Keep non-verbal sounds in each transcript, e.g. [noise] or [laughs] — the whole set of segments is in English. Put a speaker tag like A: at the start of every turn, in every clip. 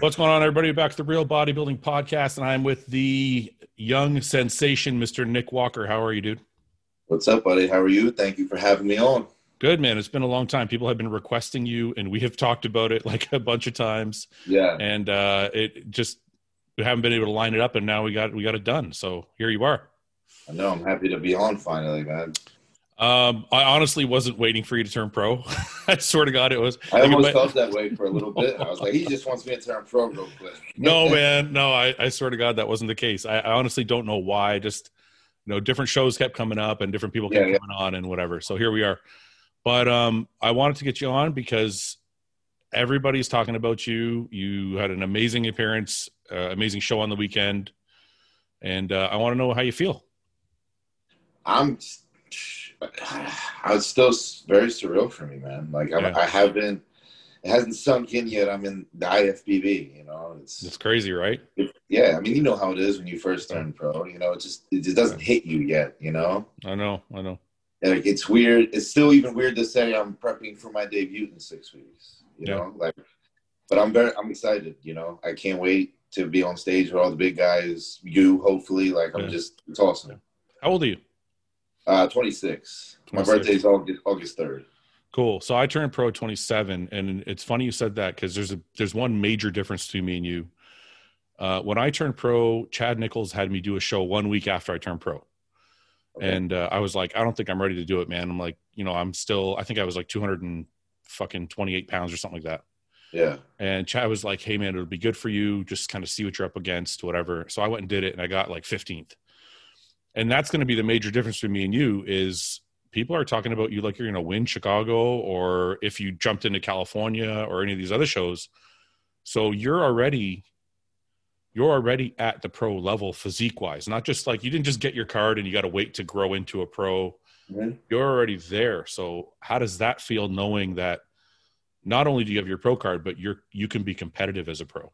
A: What's going on, everybody? Back to the Real Bodybuilding Podcast, and I'm with the young sensation, Mr. Nick Walker. How are you, dude?
B: What's up, buddy? How are you? Thank you for having me on.
A: Good, man. It's been a long time. People have been requesting you, and we have talked about it like a bunch of times,
B: Yeah,
A: and uh, it just we haven't been able to line it up, and now we got we got it done. So here you are.
B: I know. I'm happy to be on finally, man.
A: Um, I honestly wasn't waiting for you to turn pro. [laughs] I swear to God, it was.
B: I
A: like,
B: almost
A: but-
B: felt that way for a little bit. I was like, he just wants me to turn pro real quick. [laughs]
A: no man no I, I swear to god that wasn't the case I, I honestly don't know why I just you know different shows kept coming up and different people kept
B: Yeah, yeah.
A: coming on and whatever so here we are but um i wanted to get you on because everybody's talking about you you had an amazing appearance uh, amazing show on the weekend and uh, i want to know how you feel
B: I'm. It's still very surreal for me, man. Like I'm,
A: Yeah.
B: I haven't. It hasn't sunk in yet. I'm in the IFBB. You know,
A: it's crazy right
B: yeah. I mean, you know how it is when you first turn pro. You know, it just it just doesn't hit you yet. You know.
A: i know i know
B: like it's weird. It's still even weird to say I'm prepping for my debut in six weeks. You
A: Yeah.
B: know, like, but I'm very, I'm excited. You know, I can't wait to be on stage with all the big guys. You, hopefully, like I'm
A: Yeah.
B: just, it's awesome.
A: how old are you
B: Uh, 26. My
A: 26.
B: birthday's August August third.
A: Cool. So I turned pro 27, and it's funny you said that because there's a there's one major difference between me and you. Uh, when I turned pro, Chad Nichols had me do a show one week after I turned pro,
B: Okay.
A: and uh, I was like, I don't think I'm ready to do it, man. I'm like, you know, I'm still. I think I was like 200 and fucking 28 pounds or something like that.
B: yeah,
A: And Chad was like, Hey, man, it'll be good for you. Just kind of see what you're up against, whatever. So I went and did it, and I got like 15th. And that's going to be the major difference between me and you is people are talking about you like you're going to win Chicago or if you jumped into California or any of these other shows. So you're already you're already at the pro level physique wise, not just like you didn't just get your card and you got to wait to grow into a pro
B: Mhm.
A: you're already there. So how does that feel knowing that not only do you have your pro card, but you're you can be competitive as a pro?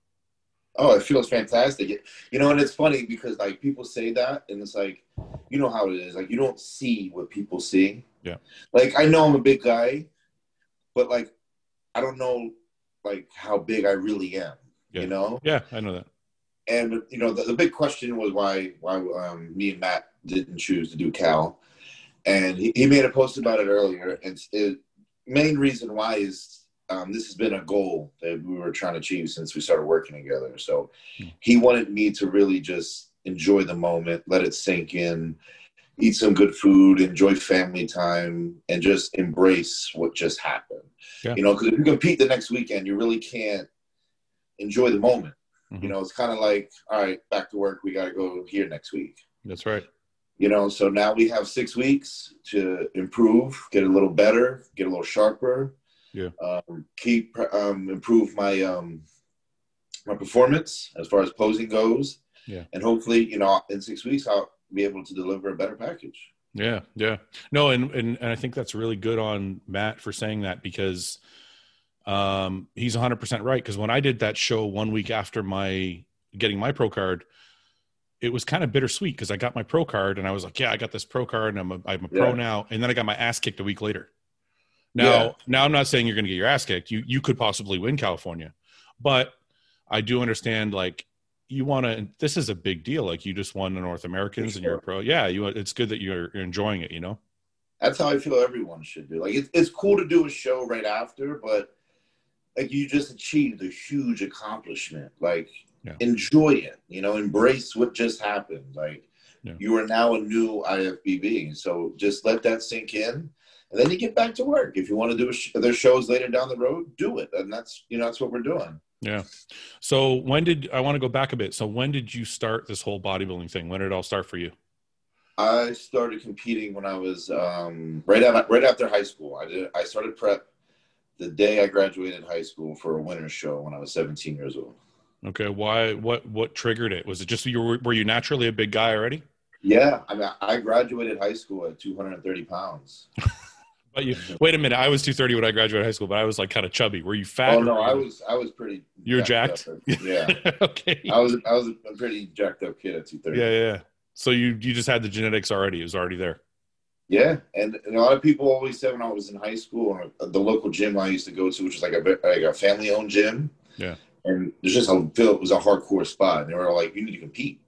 B: Oh, it feels fantastic. It- You know, and it's funny because like people say that, and it's like, you know how it is. Like you don't see what people see.
A: Yeah.
B: Like I know I'm a big guy, but like I don't know like how big I really am.
A: Yeah.
B: You know,
A: Yeah, I know that.
B: and you know the, the big question was why why um, me and Matt didn't choose to do Cal, and he, he made a post about it earlier. And s- it, main reason why is um, this has been a goal that we were trying to achieve since we started working together. So
A: Hmm.
B: he wanted me to really just enjoy the moment, let it sink in, eat some good food, enjoy family time, and just embrace what just happened.
A: Yeah.
B: You know, because if you compete the next weekend, you really can't enjoy the moment. You know, it's kind of like, all right, back to work. We got to go here next week.
A: That's right.
B: You know, so now we have six weeks to improve, get a little better, get a little sharper.
A: Yeah.
B: Um, keep um, improve my um, my performance as far as posing goes.
A: Yeah.
B: And hopefully, you know, in six weeks, I'll be able to deliver a better package.
A: Yeah, yeah. No, and and and I think that's really good on Matt for saying that because um he's 100% right because when I did that show 1 week after my getting my pro card it was kind of bittersweet because I got my pro card and I was like, yeah, I got this pro card and I'm a, I'm a pro
B: Yeah.
A: now. And then I got my ass kicked a week later. Now,
B: Yeah.
A: now I'm not saying you're going to get your ass kicked. You you could possibly win California, but I do understand like you want to. This is a big deal. Like you just won the North Americans and you're a pro. Yeah, you. It's good that you're, you're enjoying it. You know.
B: That's how I feel everyone should do. Like, it's, it's cool to do a show right after, but like, you just achieved a huge accomplishment. Like,
A: Yeah.
B: enjoy it, you know, embrace what just happened. Like,
A: Yeah.
B: you are now a new IFBB. So just let that sink in. And then you get back to work. If you want to do a sh- other shows later down the road, do it. And that's, you know, that's what we're doing.
A: So when did I want to go back a bit? So when did you start this whole bodybuilding thing? When did it all start for you?
B: I started competing when I was um, right out right after high school. I did I started prep the day I graduated high school for a winter show when I was 17 years old.
A: Okay, why? What? What triggered it? Was it just you were, were you naturally a big guy already?
B: Yeah, I mean I graduated high school at 230 pounds.
A: But you
B: Mm-hmm.
A: wait a minute. I was 230 when I graduated high school, but I was like kind of chubby. Were you fat?
B: oh
A: or
B: no,
A: were
B: I
A: you-
B: was I was pretty.
A: You were
B: up. Yeah,
A: [laughs] okay. [laughs]
B: I was I was a pretty jacked up kid at 230.
A: Yeah, yeah. So you you just had the genetics already. It was already there.
B: Yeah, and, and a lot of people always said uh, when I was in high school, and the local gym I used to go to, which was like a ve- like a family owned gym.
A: Yeah.
B: and there's just a Phil. It was a hardcore spot, and they were all like, "You need to compete."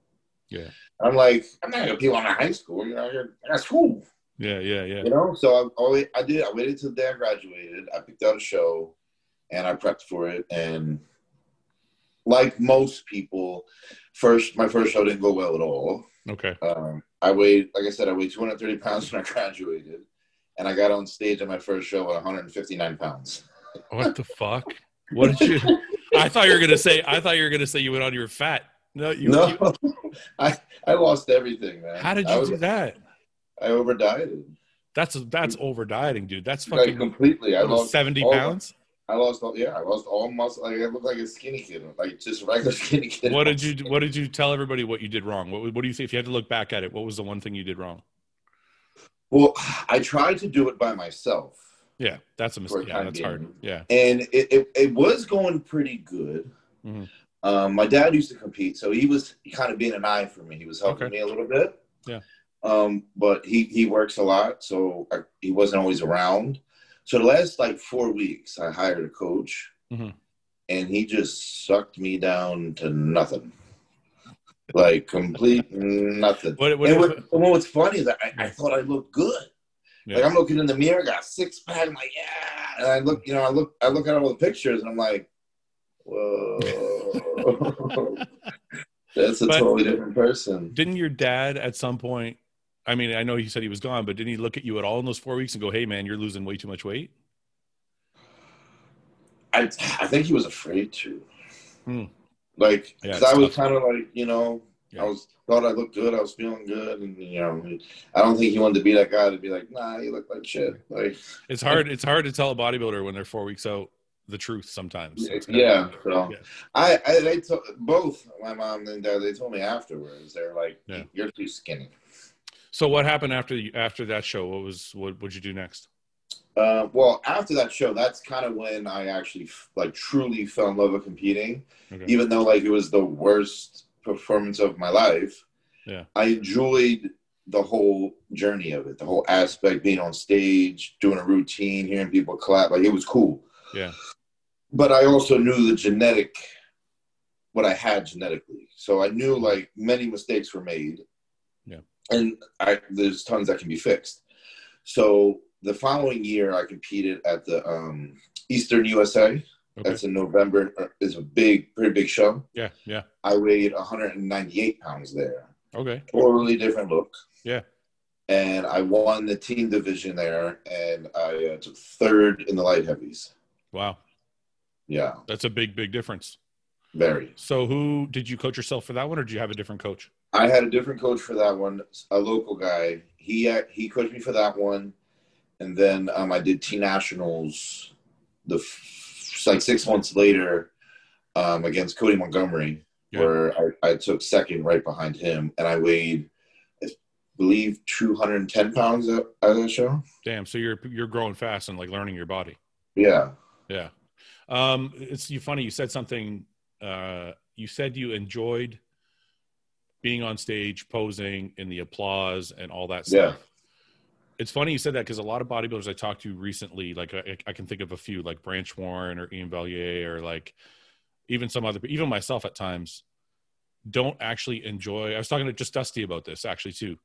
A: Yeah.
B: I'm like, I'm not gonna compete on a high school. You're out here. I got school.
A: Yeah, yeah, yeah.
B: You know, so I always I did. I waited till the day I graduated. I picked out a show, and I prepped for it. And like most people, first my first show didn't go well at all.
A: Okay.
B: Um, I weighed, like I said, I weighed 230 pounds when I graduated, and I got on stage at my first show at 159 pounds.
A: What the fuck? What did you? I thought you were gonna say. I thought you were gonna say you went on. You were fat. No, you.
B: no, [laughs] I I lost everything, man.
A: How did
B: I
A: you
B: was-
A: do that?
B: I over dieted.
A: That's that's over dieting, dude. That's
B: Like
A: fucking
B: completely. I lost
A: seventy
B: all-
A: pounds.
B: I lost all. Yeah, I lost all muscle. Like I looked like a skinny kid, like just a regular [laughs] skinny kid.
A: What did you? What did you tell everybody? What you did wrong? What What do you think? If you had to look back at it, what was the one thing you did wrong?
B: Well, I tried to do it by myself,
A: Yeah, that's a
B: For
A: mistake.
B: a
A: Yeah,
B: time
A: that's hard.
B: being.
A: Yeah.
B: and it, it, it was going pretty good.
A: Mhm.
B: Um, my dad used to compete, so he was kind of being an eye for me. He was helping
A: Okay.
B: me a little bit.
A: Yeah.
B: Um, but he he works a lot, so I, he wasn't always around. So the last like four weeks, I hired a coach,
A: Mhm.
B: and he just sucked me down to nothing, like complete nothing.
A: What? What?
B: and what, and what's funny is that I, I
A: Yeah.
B: thought I looked good.
A: Yeah.
B: Like I'm looking in the mirror, got a six pack. I'm like, yeah. And I look, you know, I look, I look at all the pictures, and I'm like,
A: [laughs]
B: whoa, that's a
A: But-
B: totally different person.
A: didn't your dad at some point? I mean, I know he said he was gone, but didn't he look at you at all in those four weeks and go, "Hey, man, you're losing way too much weight"?
B: I, I think he was afraid to,
A: Hmm.
B: like,
A: Yeah,
B: because
A: it's
B: I was
A: tough.
B: kind of like, you know,
A: Yeah.
B: I was thought I looked good, I was feeling good, and you know, I don't think he wanted to be that guy to be like, nah, you look like shit. Like,
A: It's hard. It's hard to tell a bodybuilder when they're four weeks out the truth sometimes. It's kinda-
B: yeah. So
A: Yeah.
B: I, I, they to, both my mom and dad, they told me afterwards, they're like,
A: Yeah.
B: you're too skinny.
A: So what happened after you, after that show? What was what would you do next?
B: Uh, well, after that show, that's kind of when I actually f- like truly fell in love with competing.
A: Okay.
B: Even though like it was the worst performance of my life,
A: Yeah.
B: I enjoyed the whole journey of it, the whole aspect being on stage, doing a routine, hearing people clap, like it was cool.
A: Yeah.
B: But I also knew the genetic, what I had genetically, so I knew like many mistakes were made.
A: Yeah.
B: And I, there's tons that can be fixed. So the following year, I competed at the um, Eastern USA.
A: Okay.
B: That's in November. Uh, It's a big, pretty big show.
A: Yeah. Yeah.
B: I weighed 198 pounds there.
A: Okay.
B: Totally different look.
A: Yeah.
B: And I won the team division there, and I uh, took third in the light heavies.
A: Wow.
B: Yeah,
A: That's a big big difference.
B: very.
A: So who did you coach yourself for that one, or did you have a different coach?
B: I had a different coach for that one, a local guy. He uh, he coached me for that one, and then um, I did T nationals. The f- like six months later, um, against Cody Montgomery,
A: Yeah.
B: where I, I took second right behind him, and I weighed, I believe, two hundred and ten pounds at, at that show.
A: Damn. So you're you're growing fast and like learning your body.
B: Yeah,
A: Yeah. Um, it's you funny. You said something. Uh, you said you enjoyed being on stage, posing, and the applause and all that
B: Yeah.
A: stuff. It's funny you said that because a lot of bodybuilders I talked to recently, like I, I can think of a few, like Branch Warren or Ian Bellier or like even some other, even myself at times, don't actually enjoy. I was talking to just Dusty about this actually too.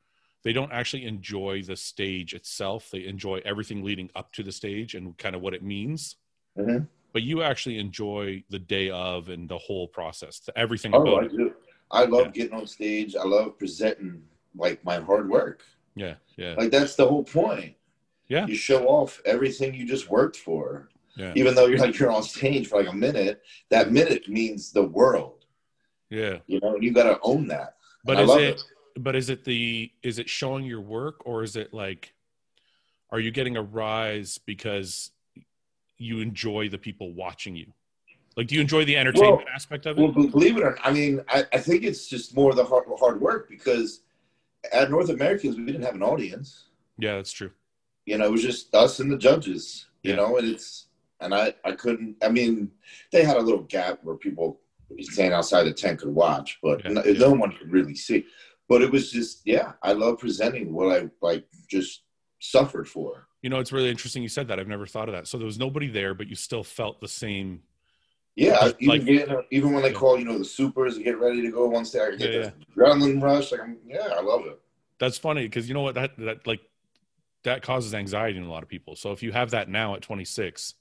A: They don't actually enjoy the stage itself. They enjoy everything leading up to the stage and kind of what it means
B: Mm-hmm.
A: but you actually enjoy the day of and the whole process, the- everything
B: oh,
A: about
B: I
A: it.
B: do. I love
A: Yeah.
B: getting on stage. I love presenting like my hard work.
A: Yeah, yeah,
B: Like that's the whole point.
A: Yeah.
B: You show off everything you just worked for.
A: Yeah.
B: Even though you're like you're on stage for like a minute, that minute means the world.
A: yeah.
B: You know, you gotta own that.
A: But
B: I
A: is
B: love
A: it, But is it the? Is it showing your work, or is it like, are you getting a rise because you enjoy the people watching you? Like, do you enjoy the entertainment aspect of it?
B: Well, be- believe it or not, I mean, I, I think it's just more the hard, hard work because at North Americans we didn't have an audience.
A: yeah, that's true.
B: You know, it was just us and the judges. You
A: Yeah.
B: know, and it's and I I couldn't. I mean, they had a little gap where people standing outside the tent could watch, but
A: Yeah,
B: no,
A: yeah.
B: no one could really see. But it was just, yeah, I love presenting what I like just suffered for.
A: You know, it's really interesting you said that. I've never thought of that. So there was nobody there, but you still felt the same
B: Yeah, even
A: Like-
B: getting, even when they
A: Yeah.
B: call, you know, the supers and get ready to go once they I get
A: Yeah,
B: the adrenaline rush. Like, I'm, yeah, I love it.
A: That's funny because you know what that that like that causes anxiety in a lot of people. So if you have that now at 26,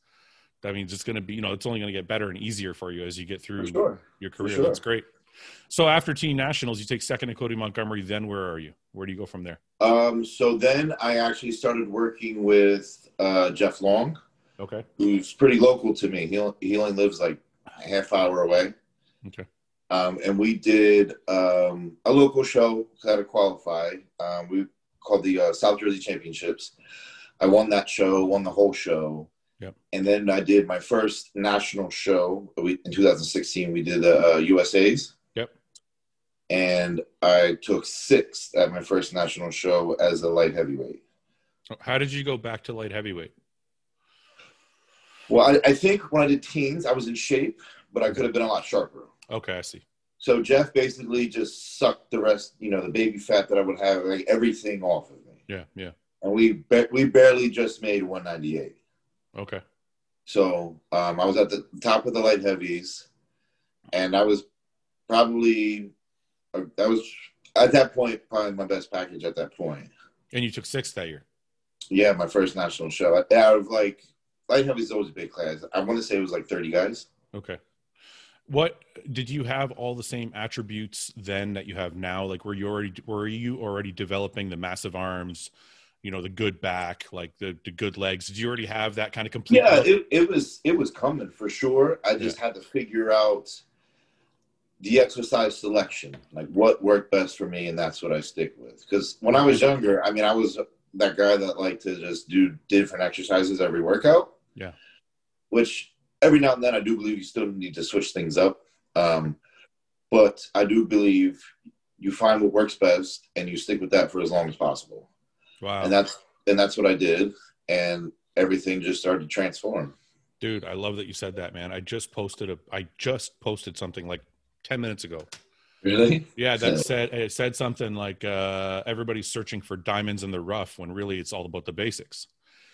A: that means it's going to be you know it's only going to get better and easier for you as you get
B: For
A: through
B: sure.
A: your career.
B: sure.
A: That's great. So after Teen Nationals, you take second to Cody Montgomery. Then where are you? Where do you go from there?
B: Um, so then I actually started working with uh, Jeff Long,
A: Okay.
B: who's pretty local to me. He he only lives like a half hour away.
A: Okay.
B: Um, and we did um, a local show how to qualify. Um, we called the uh, South Jersey Championships. I won that show, won the whole show.
A: Yep.
B: And then I did my first national show we, in 2016. We did the uh, USA's.
A: Yep.
B: And I took sixth at my first national show as a light heavyweight.
A: How did you go back to light heavyweight?
B: Well, I, I think when I did teens, I was in shape, but I could have been a lot sharper.
A: Okay, I see.
B: So Jeff basically just sucked the rest, you know, the baby fat that I would have, like everything off of me.
A: Yeah, yeah.
B: And we ba- we barely just made 198.
A: Okay.
B: So um, I was at the top of the light heavies, and I was probably uh, that was at that point probably my best package at that point.
A: And you took sixth that year.
B: Yeah, my first national show out of like light heavies is always a big class. I want to say it was like 30 guys.
A: Okay. What did you have all the same attributes then that you have now? Like, were you already were you already developing the massive arms, you know, the good back, like the, the good legs? Did you already have that kind of complete?
B: yeah
A: look?
B: it, it was it was coming for sure i just had to figure out the exercise selection like what worked best for me and that's what i stick with because when i was younger i mean i was that guy that liked to just do different exercises every workout
A: Yeah.
B: which every now and then i do believe you still need to switch things up um, but i do believe you find what works best and you stick with that for as long as possible
A: wow,
B: and that's and that's what I did, and everything just started to transform.
A: dude, I love that you said that, man. I just posted a I just posted something like ten minutes ago.
B: Really?
A: Yeah, that
B: So-
A: said it said something like uh, everybody's searching for diamonds in the rough when really it's all about the basics.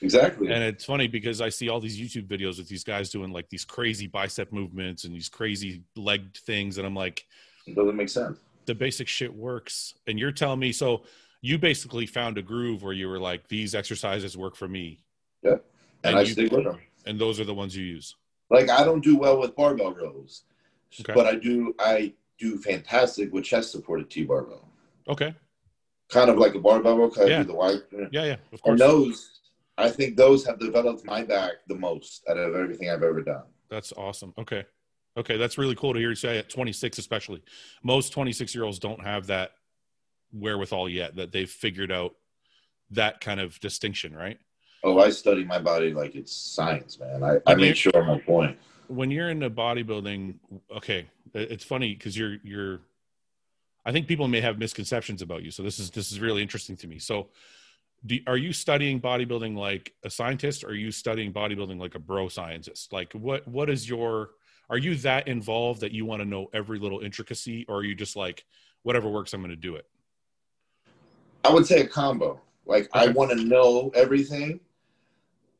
B: Exactly.
A: And it's funny because I see all these YouTube videos with these guys doing like these crazy bicep movements and these crazy leg things. And I'm like,
B: it doesn't make sense.
A: the basic shit works. And you're telling me, so you basically found a groove where you were like, these exercises work for me.
B: And,
A: And
B: I
A: you-
B: stick with them.
A: And those are the ones you use.
B: Like I don't do well with barbell rows,
A: Okay.
B: but I do I do fantastic with chest supported T barbell,
A: Okay. kind
B: kind of like a barbell row. 'cause
A: Yeah.
B: I do the wide.
A: Yeah. Yeah. Of
B: And
A: course.
B: those, I think those have developed my back the most out of everything I've ever done.
A: That's awesome. Okay. Okay. That's really cool to hear you say at 26, especially. Most 26 year olds don't have that wherewithal yet that they've figured out that kind of distinction, right?
B: Oh, I study my body like it's science, man. I, I
A: And you-
B: make sure I'm on point.
A: when you're into bodybuilding okay it- it's funny because you're you're i think people may have misconceptions about you so this is this is really interesting to me so do, are you studying bodybuilding like a scientist or are you studying bodybuilding like a bro scientist like what what is your are you that involved that you want to know every little intricacy or are you just like whatever works i'm going to do it
B: I would say a combo. Like I
A: Okay.
B: want to know everything,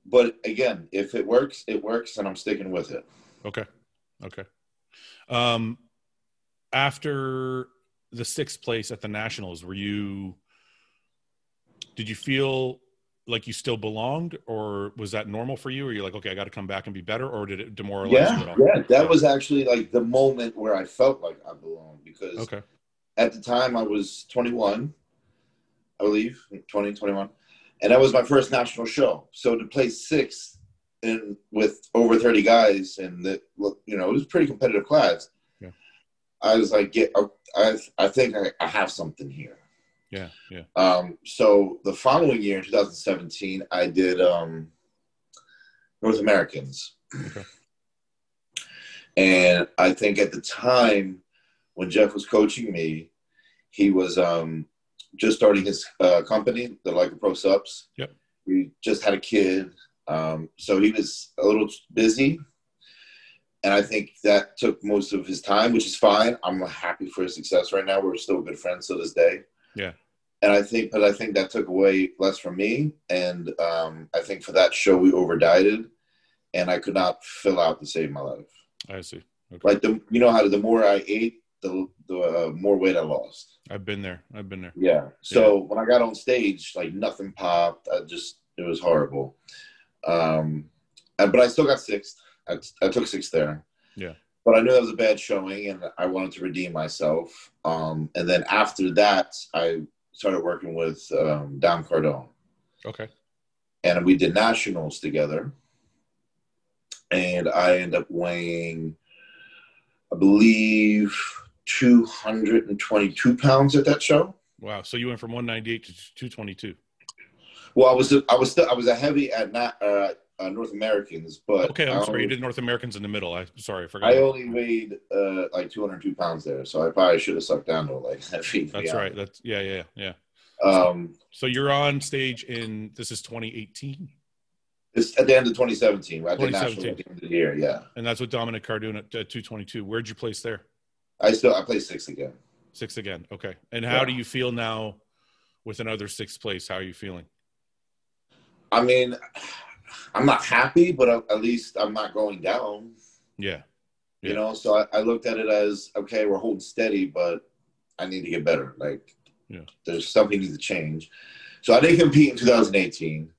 B: but again, if it works, it works, and I'm sticking with it.
A: okay okay um after the sixth place at the nationals were you did you feel like you still belonged or was that normal for you or you're like okay i got to come back and be better or did it demoralize you
B: Yeah,
A: at all
B: yeah. That was actually like the moment where I felt like I belonged because
A: okay
B: at the time I was 21, I believe, 20, 21, and that was my first national show. So to play sixth in with over 30 guys and that look, you know, it was a pretty competitive class.
A: Yeah.
B: I was like, yeah, I, I think I, I have something here.
A: yeah yeah
B: Um, so the following year, in 2017, I did um, North Americans.
A: Okay.
B: And I think at the time when Jeff was coaching me, he was um, just starting his uh, company, the Like Pro Subs.
A: Yep.
B: He just had a kid. Um, so he was a little busy. And I think that took most of his time, which is fine. I'm happy for his success right now. We're still good friends to this day and I think, but I think that took away less from me, and um, I think for that show we overdieted, and I could not fill out to save my life.
A: I see. Okay.
B: Like the you know how the more I ate, the the uh, more weight I lost.
A: I've been there. I've been there.
B: Yeah. So when I got on stage, like nothing popped. I just it was horrible. Um, and- but I still got sixth. I, I took sixth there.
A: Yeah.
B: But I knew that was a bad showing, and I wanted to redeem myself. Um, and then after that, I started working with um, Dom Cardone,
A: Okay.
B: and we did nationals together. And I ended up weighing, I believe, two hundred and twenty-two pounds at that show.
A: Wow. So you went from 198 to 222.
B: Well, I was I was still I was a heavy at not uh, uh, North Americans, but
A: Okay.
B: I
A: I'm sorry. You
B: only,
A: did North Americans in the middle. I sorry. I forgot.
B: Um, I only weighed uh, like 202 pounds there, so I probably should have sucked down to like [laughs] heavy. to be
A: That's
B: honest.
A: right. That's yeah, yeah, yeah.
B: Um,
A: So you're on stage in this is 2018,
B: it's at the end of 2017. I did national
A: 2017.
B: at the end of the year. Yeah,
A: and that's with Dominic Cardoon at uh, 222. Where'd you place there?
B: I still I played six again.
A: Sixth again. Okay. And how
B: Yeah.
A: do you feel now with another sixth place? How are you feeling?
B: I mean, I'm not happy, but at at least I'm not going down.
A: Yeah.
B: You
A: Yeah.
B: know, so I, I looked at it as okay, we're holding steady, but I need to get better. Like,
A: Yeah.
B: there's something needs to change. So I did compete in 2018,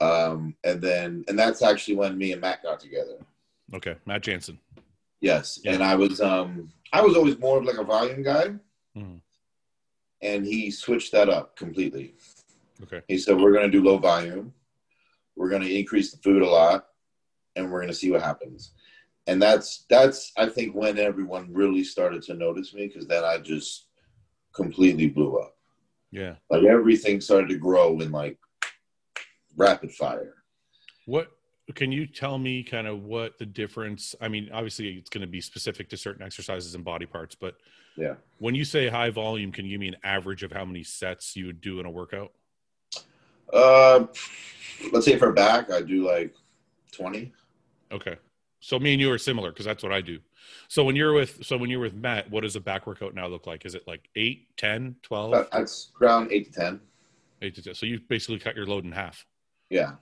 B: um, and then and that's actually when me and Matt got together.
A: Okay. Matt Jansen.
B: Yes,
A: Yeah.
B: and I was um, I was always more of like a volume guy,
A: Mhm.
B: and he switched that up completely.
A: Okay.
B: He said we're going to do low volume, we're going to increase the food a lot, and we're going to see what happens. And that's that's I think when everyone really started to notice me because then I just completely blew up.
A: Yeah.
B: Like everything started to grow in like rapid fire.
A: What can you tell me kind of what the difference? I mean, obviously it's going to be specific to certain exercises and body parts, but
B: Yeah.
A: When you say high volume, can you give me an average of how many sets you would do in a workout?
B: Uh, let's say for back, I do like twenty.
A: Okay. So me and you are similar because that's what I do. So when you're with so when you're with Matt, what does a back workout now look like? Is it like 8, 10, 12?
B: That- That's around eight to ten.
A: 8 to 10. So you basically cut your load in half.
B: Yeah,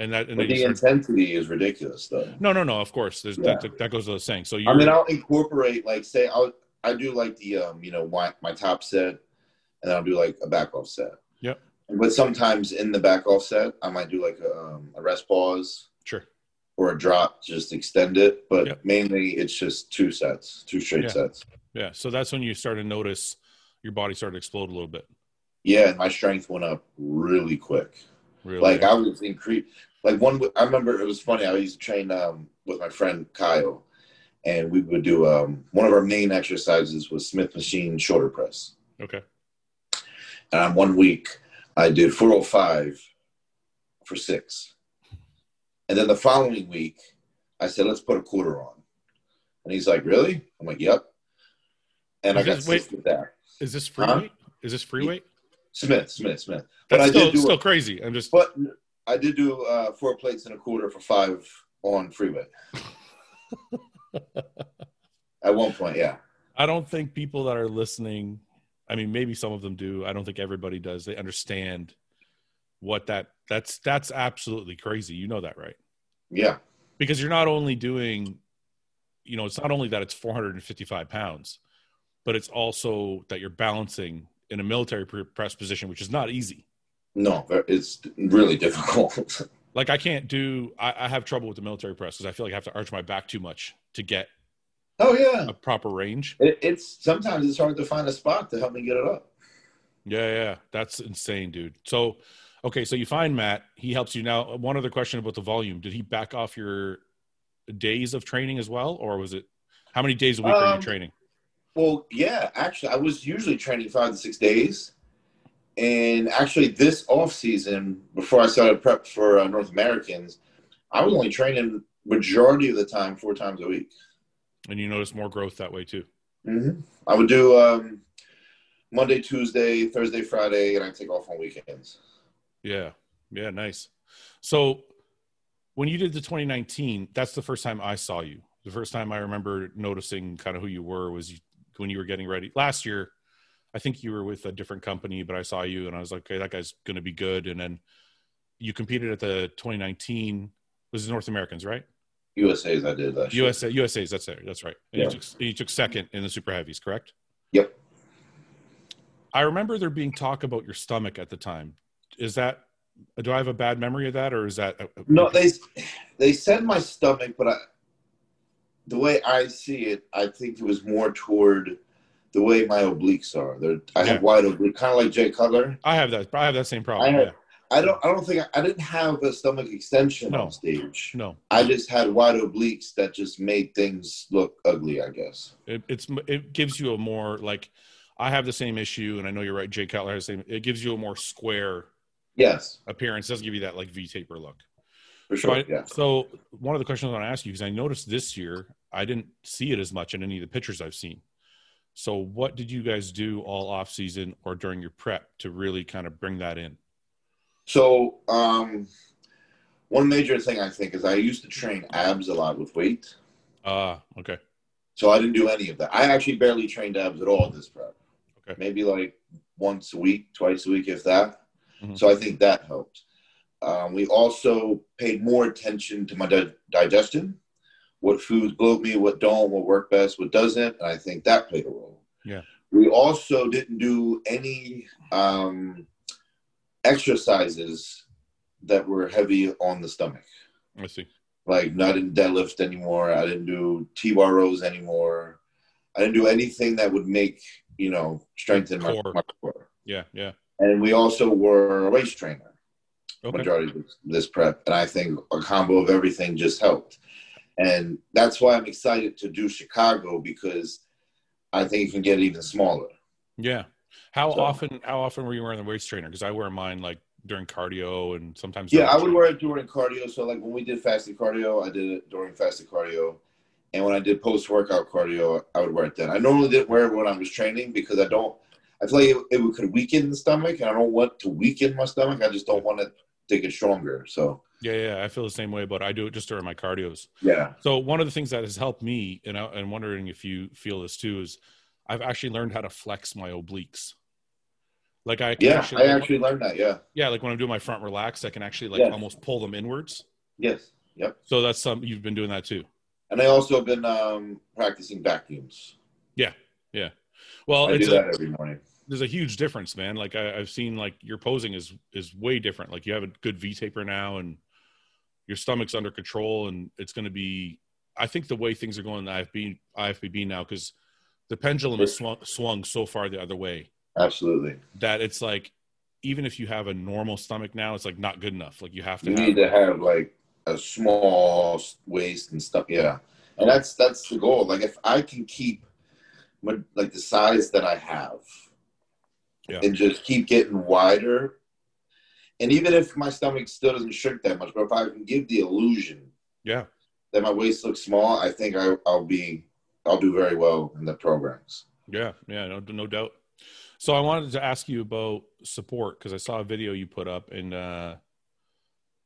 A: And that and
B: but
A: then you
B: the
A: start,
B: intensity is ridiculous though.
A: No, no, no, of course. There's that that goes without saying. So you
B: I mean, I'll incorporate like say I'll I do like the um you know my my top set, and then I'll do like a back off set.
A: Yep.
B: But sometimes in the back off set, I might do like a, um, a rest pause
A: sure.
B: or a drop, to just extend it. But
A: Yep.
B: mainly, it's just two sets, two straight
A: Yeah.
B: sets.
A: Yeah. So that's when you start to notice your body started to explode a little bit.
B: Yeah, and my strength went up really quick.
A: Really.
B: Like I was increased. Like one, I remember it was funny. I used to train um, with my friend Kyle, and we would do um, one of our main exercises was Smith machine shoulder press.
A: okay.
B: And on one week, I did 405 for six. And then the following week, I said, let's put a quarter on. And he's like, really? I'm like, yep. And I
A: Is
B: got
A: this- wait-
B: six with that.
A: Is this free
B: Huh?
A: weight? Is this free
B: Yeah.
A: weight?
B: Smith, Smith, Smith. But
A: That's
B: I
A: still
B: did do
A: still
B: it.
A: crazy. I'm just
B: But I did do uh, four plates and a quarter for five on freeway. At one point, yeah.
A: I don't think people that are listening, I mean, maybe some of them do. I don't think everybody does. They understand what that that's that's absolutely crazy. You know that, right?
B: Yeah.
A: Because you're not only doing, you know, it's not only that it's 455 pounds, but it's also that you're balancing in a military pre- press position, which is not easy.
B: No, it's really difficult. [laughs]
A: Like I can't do, I, I have trouble with the military press because I feel like I have to arch my back too much to get
B: oh, yeah.
A: a proper range.
B: It, it's sometimes it's hard to find a spot to help me get it up.
A: Yeah, yeah, that's insane, dude. So, okay, so you find Matt, he helps you now. One other question about the volume: Did he back off your days of training as well, or was it how many days a week are
B: Um,
A: you training?
B: Well, yeah, actually, I was usually training five to six days, and actually, this off season before I started prep for uh, North Americans, I was only training majority of the time four times a week.
A: And you notice more growth that way too.
B: Mm-hmm. I would do um, Monday, Tuesday, Thursday, Friday, and I take off on weekends.
A: Yeah, yeah, nice. So, when you did the 2019, that's the first time I saw you. The first time I remember noticing kind of who you were was you, when you were getting ready last year. I think you were with a different company, but I saw you and I was like, okay, that guy's going to be good. And then you competed at the 2019 was North Americans, right?
B: USA's I did last year.
A: USA, USA's. That's it. That's right. And
B: Yeah.
A: you, took, you took second in the super heavies, correct?
B: Yep.
A: I remember there being talk about your stomach at the time. Is that? Do I have a bad memory of that, or is that? uh,
B: No, they they said my stomach, but I, the way I see it, I think it was more toward the way my obliques are. They're I
A: Yeah.
B: have wide oblique, kind of like Jay Cutler.
A: I have that. I have that same problem.
B: I had-
A: yeah.
B: I don't. I don't think I, didn't have a stomach extension
A: No.
B: on stage.
A: No,
B: I just had wide obliques that just made things look ugly. I guess.
A: it, it's it gives you a more like. I have the same issue, and I know you're right. Jay Cutler has the same. It gives you a more square
B: Yes,
A: appearance. It doesn't give you that like V taper look.
B: for
A: So,
B: sure.
A: I,
B: yeah.
A: so one of the questions I want to ask you because I noticed this year I didn't see it as much in any of the pictures I've seen. So what did you guys do all off season or during your prep to really kind of bring that in?
B: So um, one major thing I think is I used to train abs a lot with weight,
A: Uh okay.
B: so I didn't do any of that. I actually barely trained abs at all this prep.
A: Okay.
B: Maybe like once a week, twice a week, if that.
A: Mhm.
B: So I think that helped. Um, we also paid more attention to my di- digestion, what foods bloat me, what don't, what work best, what doesn't, and I think that played a role.
A: Yeah.
B: We also didn't do any um, exercises that were heavy on the stomach.
A: I see.
B: Like, no, I didn't deadlift anymore. I didn't do T bar rows anymore. I didn't do anything that would make, you know, strengthen my
A: Core.
B: my core.
A: Yeah, yeah.
B: And we also were a race trainer
A: Okay.
B: majority of this prep, and I think a combo of everything just helped. And that's why I'm excited to do Chicago because I think it can get even smaller.
A: Yeah. How
B: So-
A: often how often were you wearing the waist trainer? Because I wear mine like during cardio and sometimes
B: Yeah, I
A: during-
B: would wear it during cardio. So like when we did fasted cardio, I did it during fasted cardio, and when I did post workout cardio, I would wear it then. I normally didn't wear it when I was training because I don't. I feel like it, it would- could weaken the stomach, and I don't want to weaken my stomach. I just don't want it to get stronger. So
A: Yeah, yeah, I feel the same way, but I do it just during my cardios.
B: yeah,
A: So one of the things that has helped me, and I, I'm wondering if you feel this too, is I've actually learned how to flex my obliques. Like I can
B: yeah, I
A: actually,
B: actually learned that. Yeah,
A: yeah, like when I'm doing my front relax, I can actually like
B: Yes.
A: almost pull them inwards.
B: yes, yep.
A: So that's some you've been doing that too.
B: And I also have been um, practicing vacuums.
A: Well,
B: I do
A: it's a,
B: that every morning.
A: there's a huge difference, man. Like I, I've seen, like your posing is is way different. Like you have a good V taper now, and your stomach's under control, and it's going to be. I think the way things are going in the IFB IFBB now, because the pendulum is swung, swung so far the other way.
B: Absolutely.
A: that it's like even if you have a normal stomach now, it's like not good enough. Like you have to
B: You
A: have
B: need to have like a small waist and stuff. Yeah, and
A: Oh.
B: that's that's the goal. Like if I can keep my, like the size that I have,
A: Yeah.
B: and just keep getting wider, and even if my stomach still doesn't shrink that much, but if I can give the illusion
A: yeah.
B: that my waist looks small, I think I, I'll be I'll do very well in the programs.
A: Yeah, yeah, no, no doubt. So I wanted to ask you about support because I saw a video you put up and uh,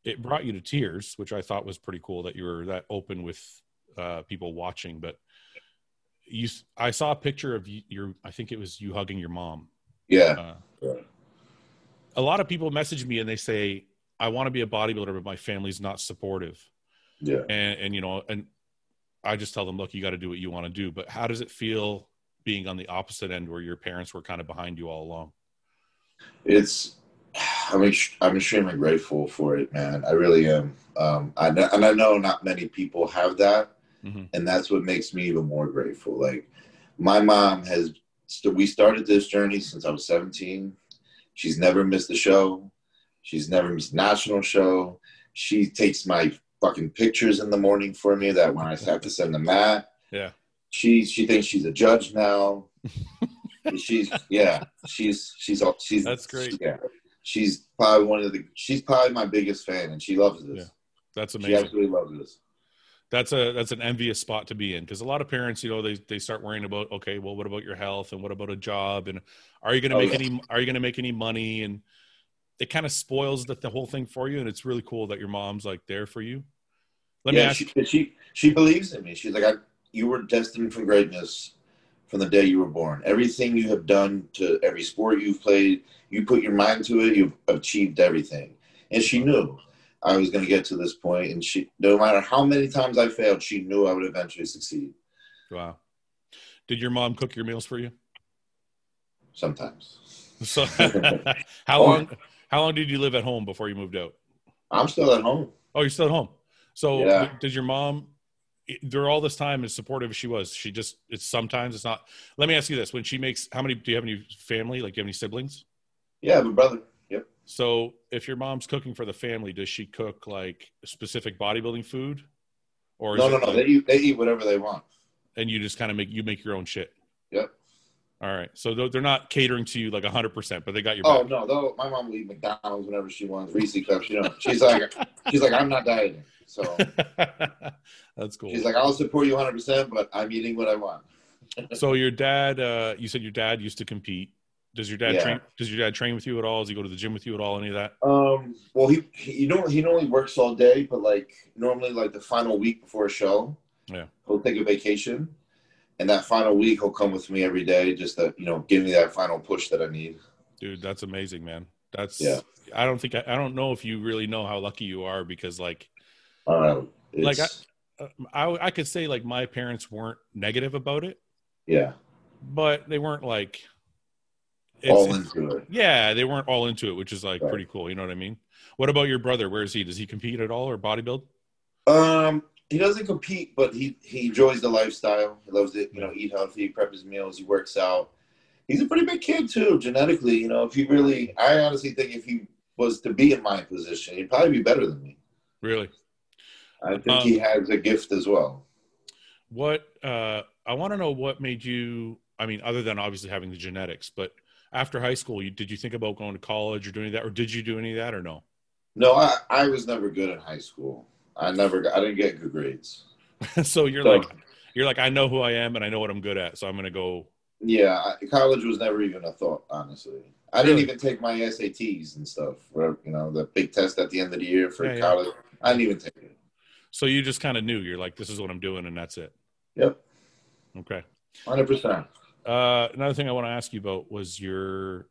A: it brought you to tears, which I thought was pretty cool that you were that open with uh, people watching. But you, s- I saw a picture of you, your, I think it was you hugging your mom.
B: Yeah,
A: Uh,
B: Yeah.
A: a lot of people message me and they say, "I want to be a bodybuilder, but my family's not supportive."
B: yeah.
A: and and you know and i just tell them look you got to do what you want to do but how does it feel being on the opposite end where your parents were kind of behind you all along
B: it's I'm, ex- I'm extremely grateful for it man i really am um, I know, and i know not many people have that
A: Mhm.
B: and that's what makes me even more grateful like my mom has st- we started this journey since i was 17 she's never missed a show she's never missed a national show she takes my fucking pictures in the morning for me that when i have to send them Matt.
A: Yeah.
B: she she thinks she's a judge
A: [laughs]
B: now she's yeah she's she's all she's
A: That's great.
B: yeah she's probably one of the she's probably my biggest fan and she loves this
A: that's
B: she
A: amazing
B: absolutely loves this
A: that's a that's an envious spot to be in because a lot of parents you know they they start worrying about okay well what about your health and what about a job and are you going to
B: Oh,
A: make
B: yeah.
A: any are you going to make any money and it kind of spoils the, the whole thing for you and it's really cool that your mom's like there for you let me
B: yeah
A: ask
B: she, she she believes in me she's like I, you were destined for greatness from the day you were born everything you have done to every sport you've played you put your mind to it you've achieved everything and she knew I was going to get to this point, and she, no matter how many times I failed, she knew I would eventually succeed.
A: Wow. Did your mom cook your meals for you?
B: Sometimes [laughs]
A: So how
B: Oh.
A: long how long did you live at home before you moved out?
B: I'm still at home.
A: Oh, you're still at home. So
B: Yeah.
A: did your mom through all this time as supportive as she was, she just it's sometimes it's not let me ask you this. When she makes how many do you have any family? Like do you have any siblings?
B: Yeah, but brother. Yep.
A: So if your mom's cooking for the family, does she cook like specific bodybuilding food? Or is
B: No,
A: it
B: no, no.
A: like-
B: They eat, they eat whatever they want.
A: and you just kind of make you make your own shit.
B: Yep.
A: All right. So they're- they're not catering to you like 100%, but they got your
B: Oh
A: back. [laughs]
B: no, though my mom will eat McDonald's whenever she wants, Reese cups. You know, she's like, she's like, I'm not dieting, so
A: That's cool.
B: she's like, I'll support you 100, percent but I'm eating what I want.
A: so your dad uh you said your dad used to compete. Does your dad
B: Yeah.
A: train does your dad train with you at all? Does he go to the gym with you at all? Any of that?
B: Um, well, he, he you know he normally works all day, but like normally like the final week before a show,
A: Yeah.
B: he'll take a vacation, and that final week he'll come with me every day just to you know give me that final push that I need.
A: Dude, that's amazing, man. That's
B: Yeah.
A: I don't think I, I don't know if you really know how lucky you are because like
B: Um, it's,
A: Like uh, I I could say like my parents weren't negative about it,
B: yeah,
A: but they weren't like it's-
B: all
A: it's-
B: into it.
A: Yeah, they weren't all into it, which is like
B: Right.
A: pretty cool. You know what I mean? What about your brother? Where is he? Does he compete at all or bodybuild?
B: Um, he doesn't compete, but he he enjoys the lifestyle. He loves it. You know, eat healthy, prep his meals. He works out. He's a pretty big kid too, genetically. You know, if he really, I honestly think if he was to be in my position, he'd probably be better than me.
A: Really?
B: I think he
A: Um,
B: has a gift as well.
A: What? Uh, I want to know what made you. I mean, other than obviously having the genetics, but after high school, you did you think about going to college or doing that, or did you do any of that or no? [laughs]
B: No, I, I was never good in high school. I never got, I didn't get good grades.
A: so you're
B: So-
A: like, you're like, I know who I am and I know what I'm good at, so I'm gonna go.
B: Yeah, I, college was never even a thought, honestly. I didn't
A: Really?
B: even take my SATs and stuff. Where, you know, the big test at the end of the year for
A: Yeah, yeah.
B: college. I didn't even take it.
A: So you just kind of knew. You're like, this is what I'm doing, and that's it.
B: Yep,
A: Okay.
B: hundred percent.
A: Uh, another thing I want to ask you about was your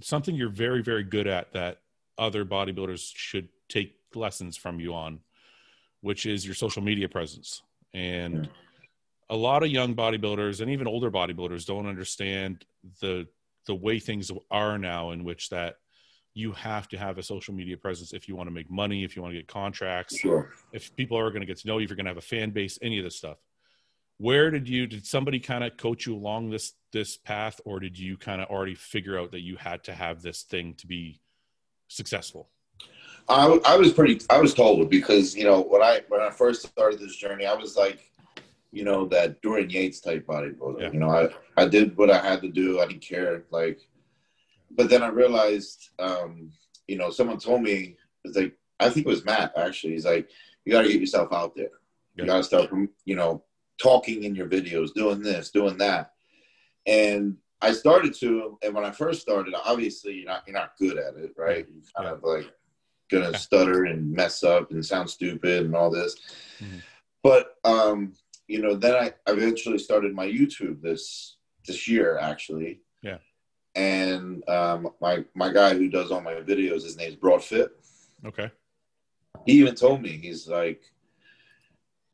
A: something you're very, very good at that other bodybuilders should take lessons from you on, which is your social media presence. And
B: Yeah.
A: a lot of young bodybuilders and even older bodybuilders don't understand the the way things are now, in which that you have to have a social media presence if you want to make money, if you want to get contracts,
B: Sure.
A: if people are going to get to know you, if you're going to have a fan base, any of this stuff. Where did you did somebody kind of coach you along this this path, or did you kind of already figure out that you had to have this thing to be successful?
B: I, w- I was pretty I was told because you know when I when I first started this journey I was like you know that Dorian Yates type bodybuilder
A: Yeah.
B: you know I I did what I had to do I didn't care like but then I realized um, you know someone told me it's like I think it was Matt actually he's like you got to get yourself out there
A: Yeah.
B: you got to start from you know talking in your videos doing this doing that and I started to and when I first started obviously you're not you're not good at it right you kind
A: Yeah.
B: of like gonna
A: Yeah.
B: stutter and mess up and sound stupid and all this.
A: Mhm.
B: But um, you know, then I I eventually started my YouTube this this year actually.
A: Yeah.
B: And um, my my guy who does all my videos, his name's Broadfit.
A: Okay.
B: He even told me he's like,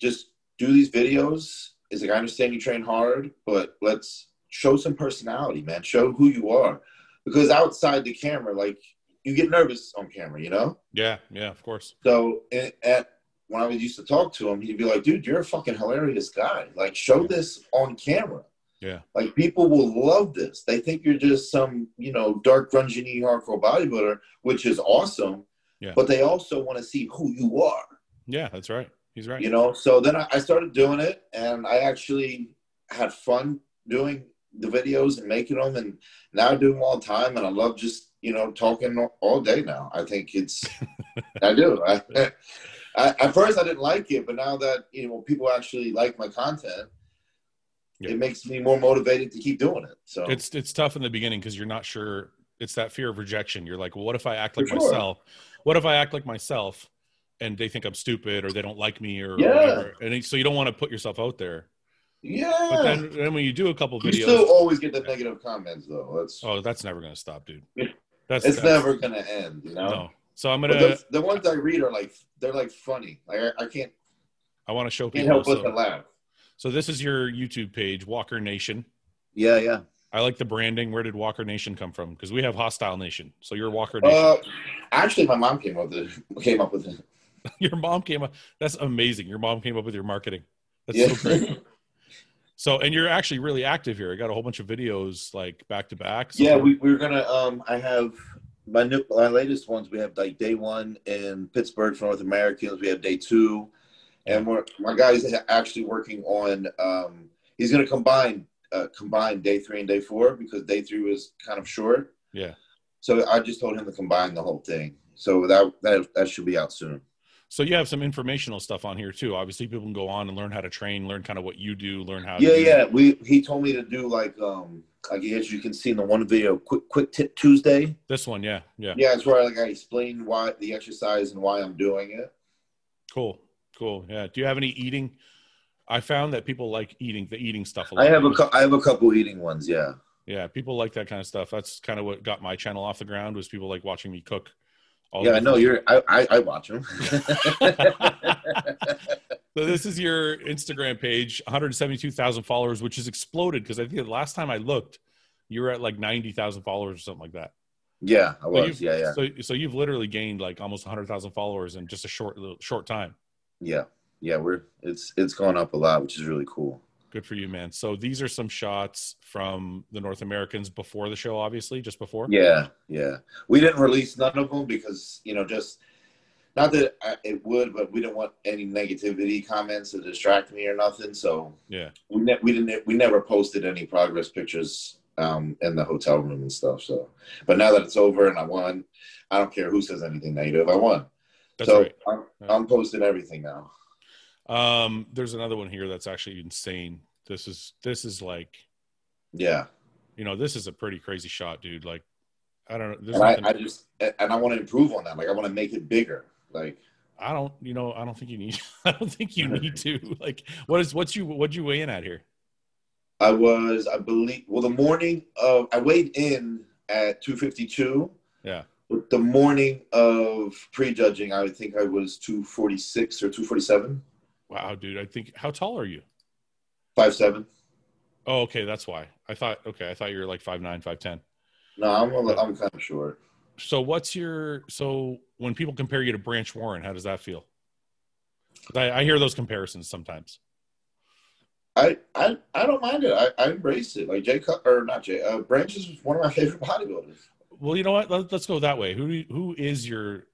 B: just do these videos. He's like, I understand you train hard, but let's show some personality, man. Show who you are, because outside the camera, like you get nervous on camera, you know.
A: Yeah. Yeah. Of course.
B: So and at when I was used to talk to him, he'd be like, "Dude, you're a fucking hilarious guy. Like, show this on camera.
A: Yeah.
B: Like, people will love this. They think you're just some, you know, dark, grungy, knee hardcore bodybuilder, which is awesome.
A: Yeah.
B: But they also want to see who you are.
A: Yeah. That's right. He's right.
B: You know. So then I, I started doing it, and I actually had fun doing the videos and making them, and now I do them all the time, and I love just you know talking all- all day now. I
A: [laughs]
B: think it's I do. I, [laughs] I, at first, I didn't like it, but now that you know people actually like my content,
A: Yeah.
B: it makes me more motivated to keep doing it. So
A: It's it's tough in the beginning because you're not sure. It's that fear of rejection. You're like, well, what if I act
B: For
A: like
B: sure.
A: myself? What if I act like myself, and they think I'm stupid, or they don't like me, or
B: Yeah.
A: whatever? And so you don't want to put yourself out there. But
B: yeah,
A: then, then when you do a couple
B: you
A: videos,
B: still always get the negative comments though. That's
A: Oh, that's Oh, never going to stop, dude.
B: Yeah.
A: That's
B: it's
A: that's-
B: never gonna end. You know,
A: no, So I'm
B: But
A: gonna.
B: those, the ones I read are like they're like funny. Like I, I can't
A: I want to show
B: can't
A: people.
B: help but to
A: So,
B: laugh.
A: so this is your YouTube page, Walker Nation.
B: Yeah, yeah.
A: I like the branding. Where did Walker Nation come from? Because we have Hostile Nation. So you're Walker Nation.
B: Uh, actually, my mom came up with [laughs] it. Came up with it.
A: [laughs] your mom came up. That's amazing. Your mom came up with your marketing. That's
B: yeah.
A: so
B: [laughs]
A: great. So and you're actually really active here. I got a whole bunch of videos like back to back. So
B: yeah, we, we were gonna. Um, I have my new, my latest ones. We have like day one in Pittsburgh for North Americans. We have day two, and we're, my guy's actually working on. Um, he's gonna combine uh, combine day three and day four because day three was kind of short.
A: Yeah.
B: So I just told him to combine the whole thing. So that that that should be out soon.
A: So you have some informational stuff on here too. Obviously, people can go on and learn how to train, learn kind of what you do, learn how.
B: Yeah,
A: you,
B: yeah. We he told me to do like um like as you can see in the one video, quick quick tip Tuesday.
A: This one, yeah, yeah,
B: Yeah, it's where like I explained why the exercise and why I'm doing it.
A: cool, cool. Yeah. Do you have any eating? I found that people like eating the eating stuff a lot.
B: I have a cou- I have a couple eating ones. Yeah.
A: Yeah, people like that kind of stuff. That's kind of what got my channel off the ground was people like watching me cook. All
B: yeah, I
A: the
B: know you're. I I, I watch them.
A: [laughs] So this is your Instagram page, 172,000 followers, which has exploded because I think the last time I looked, you were at like 90,000 followers or something like that.
B: [laughs] yeah, I
A: So
B: was.
A: you've,
B: yeah, yeah,
A: So, so you've literally gained like almost 100,000 followers in just a short little, short time.
B: yeah, yeah. We're it's it's going up a lot, which is really cool.
A: Good for you, man. So these are some shots from the North Americans before the show, obviously, just before.
B: Yeah, yeah. We didn't release none of them because you know just not that I, it would, but we didn't want any negativity comments to distract me or nothing. So
A: Yeah.
B: we ne- we didn't we never posted any progress pictures um in the hotel room and stuff. So, but now that it's over and I won, I don't care who says anything negative. I won.
A: That's
B: so
A: right.
B: I'm,
A: Yeah.
B: I'm posting everything now.
A: Um, there's another one here that's actually insane. This is, this is like,
B: Yeah,
A: you know, this is a pretty crazy shot, dude. Like, I don't know. There's
B: and I,
A: nothing-
B: I just and I want to improve on that. Like I want to make it bigger. Like
A: I don't, you know, I don't think you need. [laughs] I don't think you need to. [laughs] Like, what is what's you what'd you weigh in at here?
B: I was, I believe. Well, the morning of I weighed in at two fifty two.
A: Yeah.
B: But the morning of prejudging, I think I was two forty six or two forty seven,
A: Wow, dude. I think how tall are you?
B: five seven.
A: Oh, okay, that's why. I thought okay, I thought you were like five nine, five ten.
B: No, I'm a, I'm kind of short.
A: So what's your so when people compare you to Branch Warren, how does that feel? 'Cause I, I hear those comparisons sometimes.
B: I, I I don't mind it. I, I embrace it. Like Jay Cut or not Jay. Uh, Branch is one of my [laughs] favorite bodybuilders.
A: Well, you know what? Let, let's go that way. Who do you- who is your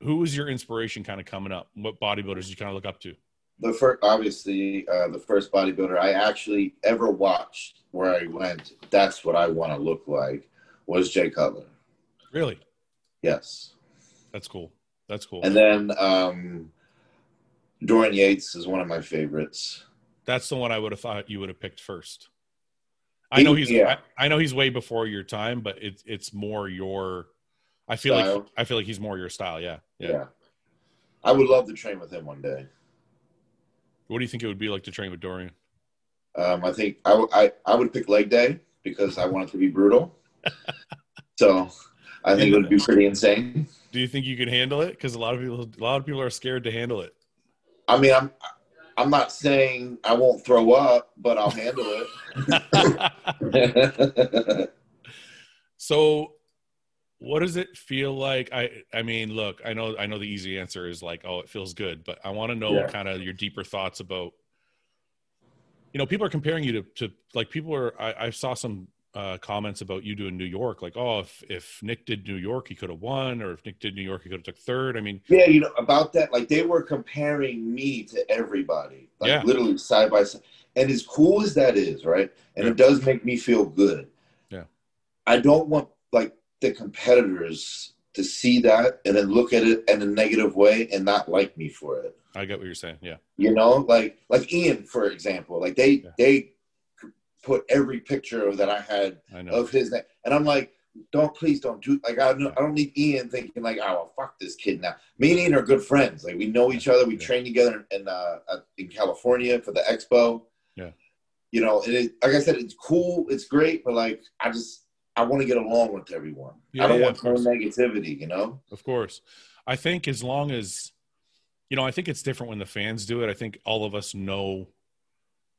A: who is your inspiration kind of coming up? What bodybuilders you kind of look up to?
B: The first, obviously, uh, the first bodybuilder I actually ever watched where I went. That's what I want to look like. Was Jay Cutler?
A: Really?
B: Yes.
A: That's cool. That's cool.
B: And then um, Dorian Yates is one of my favorites.
A: That's the one I would have thought you would have picked first. I
B: He-
A: know he's
B: yeah.
A: I, I know he's way before your time, but it's it's more your I feel like
B: Style.
A: I feel like he's more your style, yeah, yeah.
B: Yeah. I would love to train with him one day.
A: What do you think it would be like to train with Dorian?
B: Um, I think I, w- I- I would pick leg day because I want it to be brutal. so I think it would be pretty insane.
A: Do you think you can handle it? Because a lot of people a lot of people are scared to handle it.
B: I mean, I'm I'm not saying I won't throw up, but I'll handle it.
A: so what does it feel like? I I mean, look, I know I know the easy answer is like, oh, it feels good, but I want to know
B: Yeah.
A: kind of your deeper thoughts about you know, people are comparing you to, to like people are I, I saw some uh, comments about you doing New York, like, oh, if if Nick did New York, he could have won, or if Nick did New York, he could have took third. I mean,
B: yeah, you know about that. Like they were comparing me to everybody, like
A: Yeah.
B: literally side by side. And as cool as that is, right? And it does make me feel good.
A: Yeah.
B: I don't want like the competitors to see that and then look at it in a negative way and not like me for it.
A: I get what you're saying. Yeah.
B: You know, like like Ian, for example, like they
A: Yeah.
B: they put every picture that I had
A: I know.
B: of his name. And I'm like, don't please don't do like I don't I don't need Ian thinking like, oh well, fuck this kid now. Me and Ian are good friends. Like we know each other. We
A: Yeah.
B: train together in uh, uh, in California for the expo.
A: Yeah.
B: You know, and it, like I said, it's cool. It's great, but like I just I want to get along with everyone.
A: Yeah,
B: I don't
A: yeah,
B: want
A: of
B: no
A: course.
B: negativity, you know?
A: Of course. I think as long as, you know, I think it's different when the fans do it. I think all of us know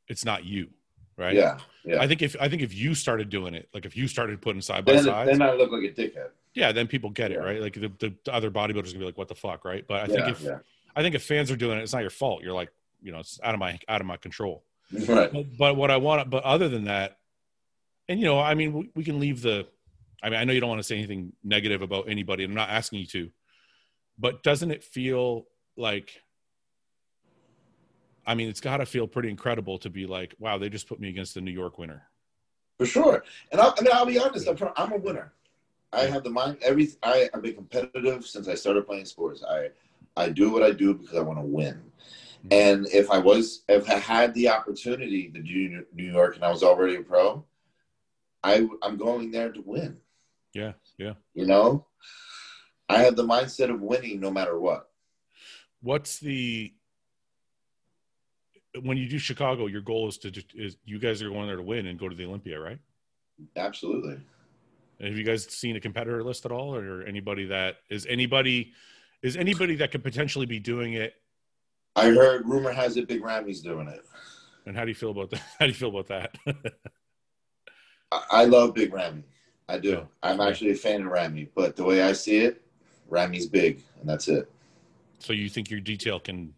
A: it's not you, right?
B: Yeah, yeah.
A: I think if I think if you started doing it, like if you started putting side by
B: then,
A: side,
B: then I look like a dickhead.
A: yeah, then people get it,
B: Yeah.
A: right? Like the, the other bodybuilders gonna be like, "What the fuck," right? But I
B: yeah, [laughs]
A: think if I think if fans are doing it, it's not your fault. You're like, you know, it's out of my out of my control.
B: yeah. Right.
A: But, but what I want, but other than that, and you know, I mean, we, we can leave the. I mean, I know you don't want to say anything negative about anybody. and I'm not asking you to, but doesn't it feel like? I mean, it's got to feel pretty incredible to be like, wow, they just put me against the New York winner.
B: For sure. And I, I mean, I'll be honest. I'm, pro- I'm a winner. I have the mind. Every I, I've been competitive since I started playing sports. I, I do what I do because I want to win. And if I was, if I had the opportunity to do New York and I was already a pro, I I'm going there to win.
A: Yeah, yeah.
B: You know, I have the mindset of winning no matter what.
A: What's the when you do Chicago, your goal is to ju- is you guys are going there to win and go to the Olympia, right?
B: Absolutely.
A: Have you guys seen a competitor list at all, or anybody that is anybody is anybody that could potentially be doing it?
B: I heard rumor has it Big Ramy's doing it.
A: And how do you feel about that? [laughs] How do you feel about that?
B: I, I love Big Ramy. I do.
A: Yeah.
B: I'm
A: Yeah.
B: actually a fan of Ramy, but the way I see it, Ramy's big, and that's it.
A: so you think your detail can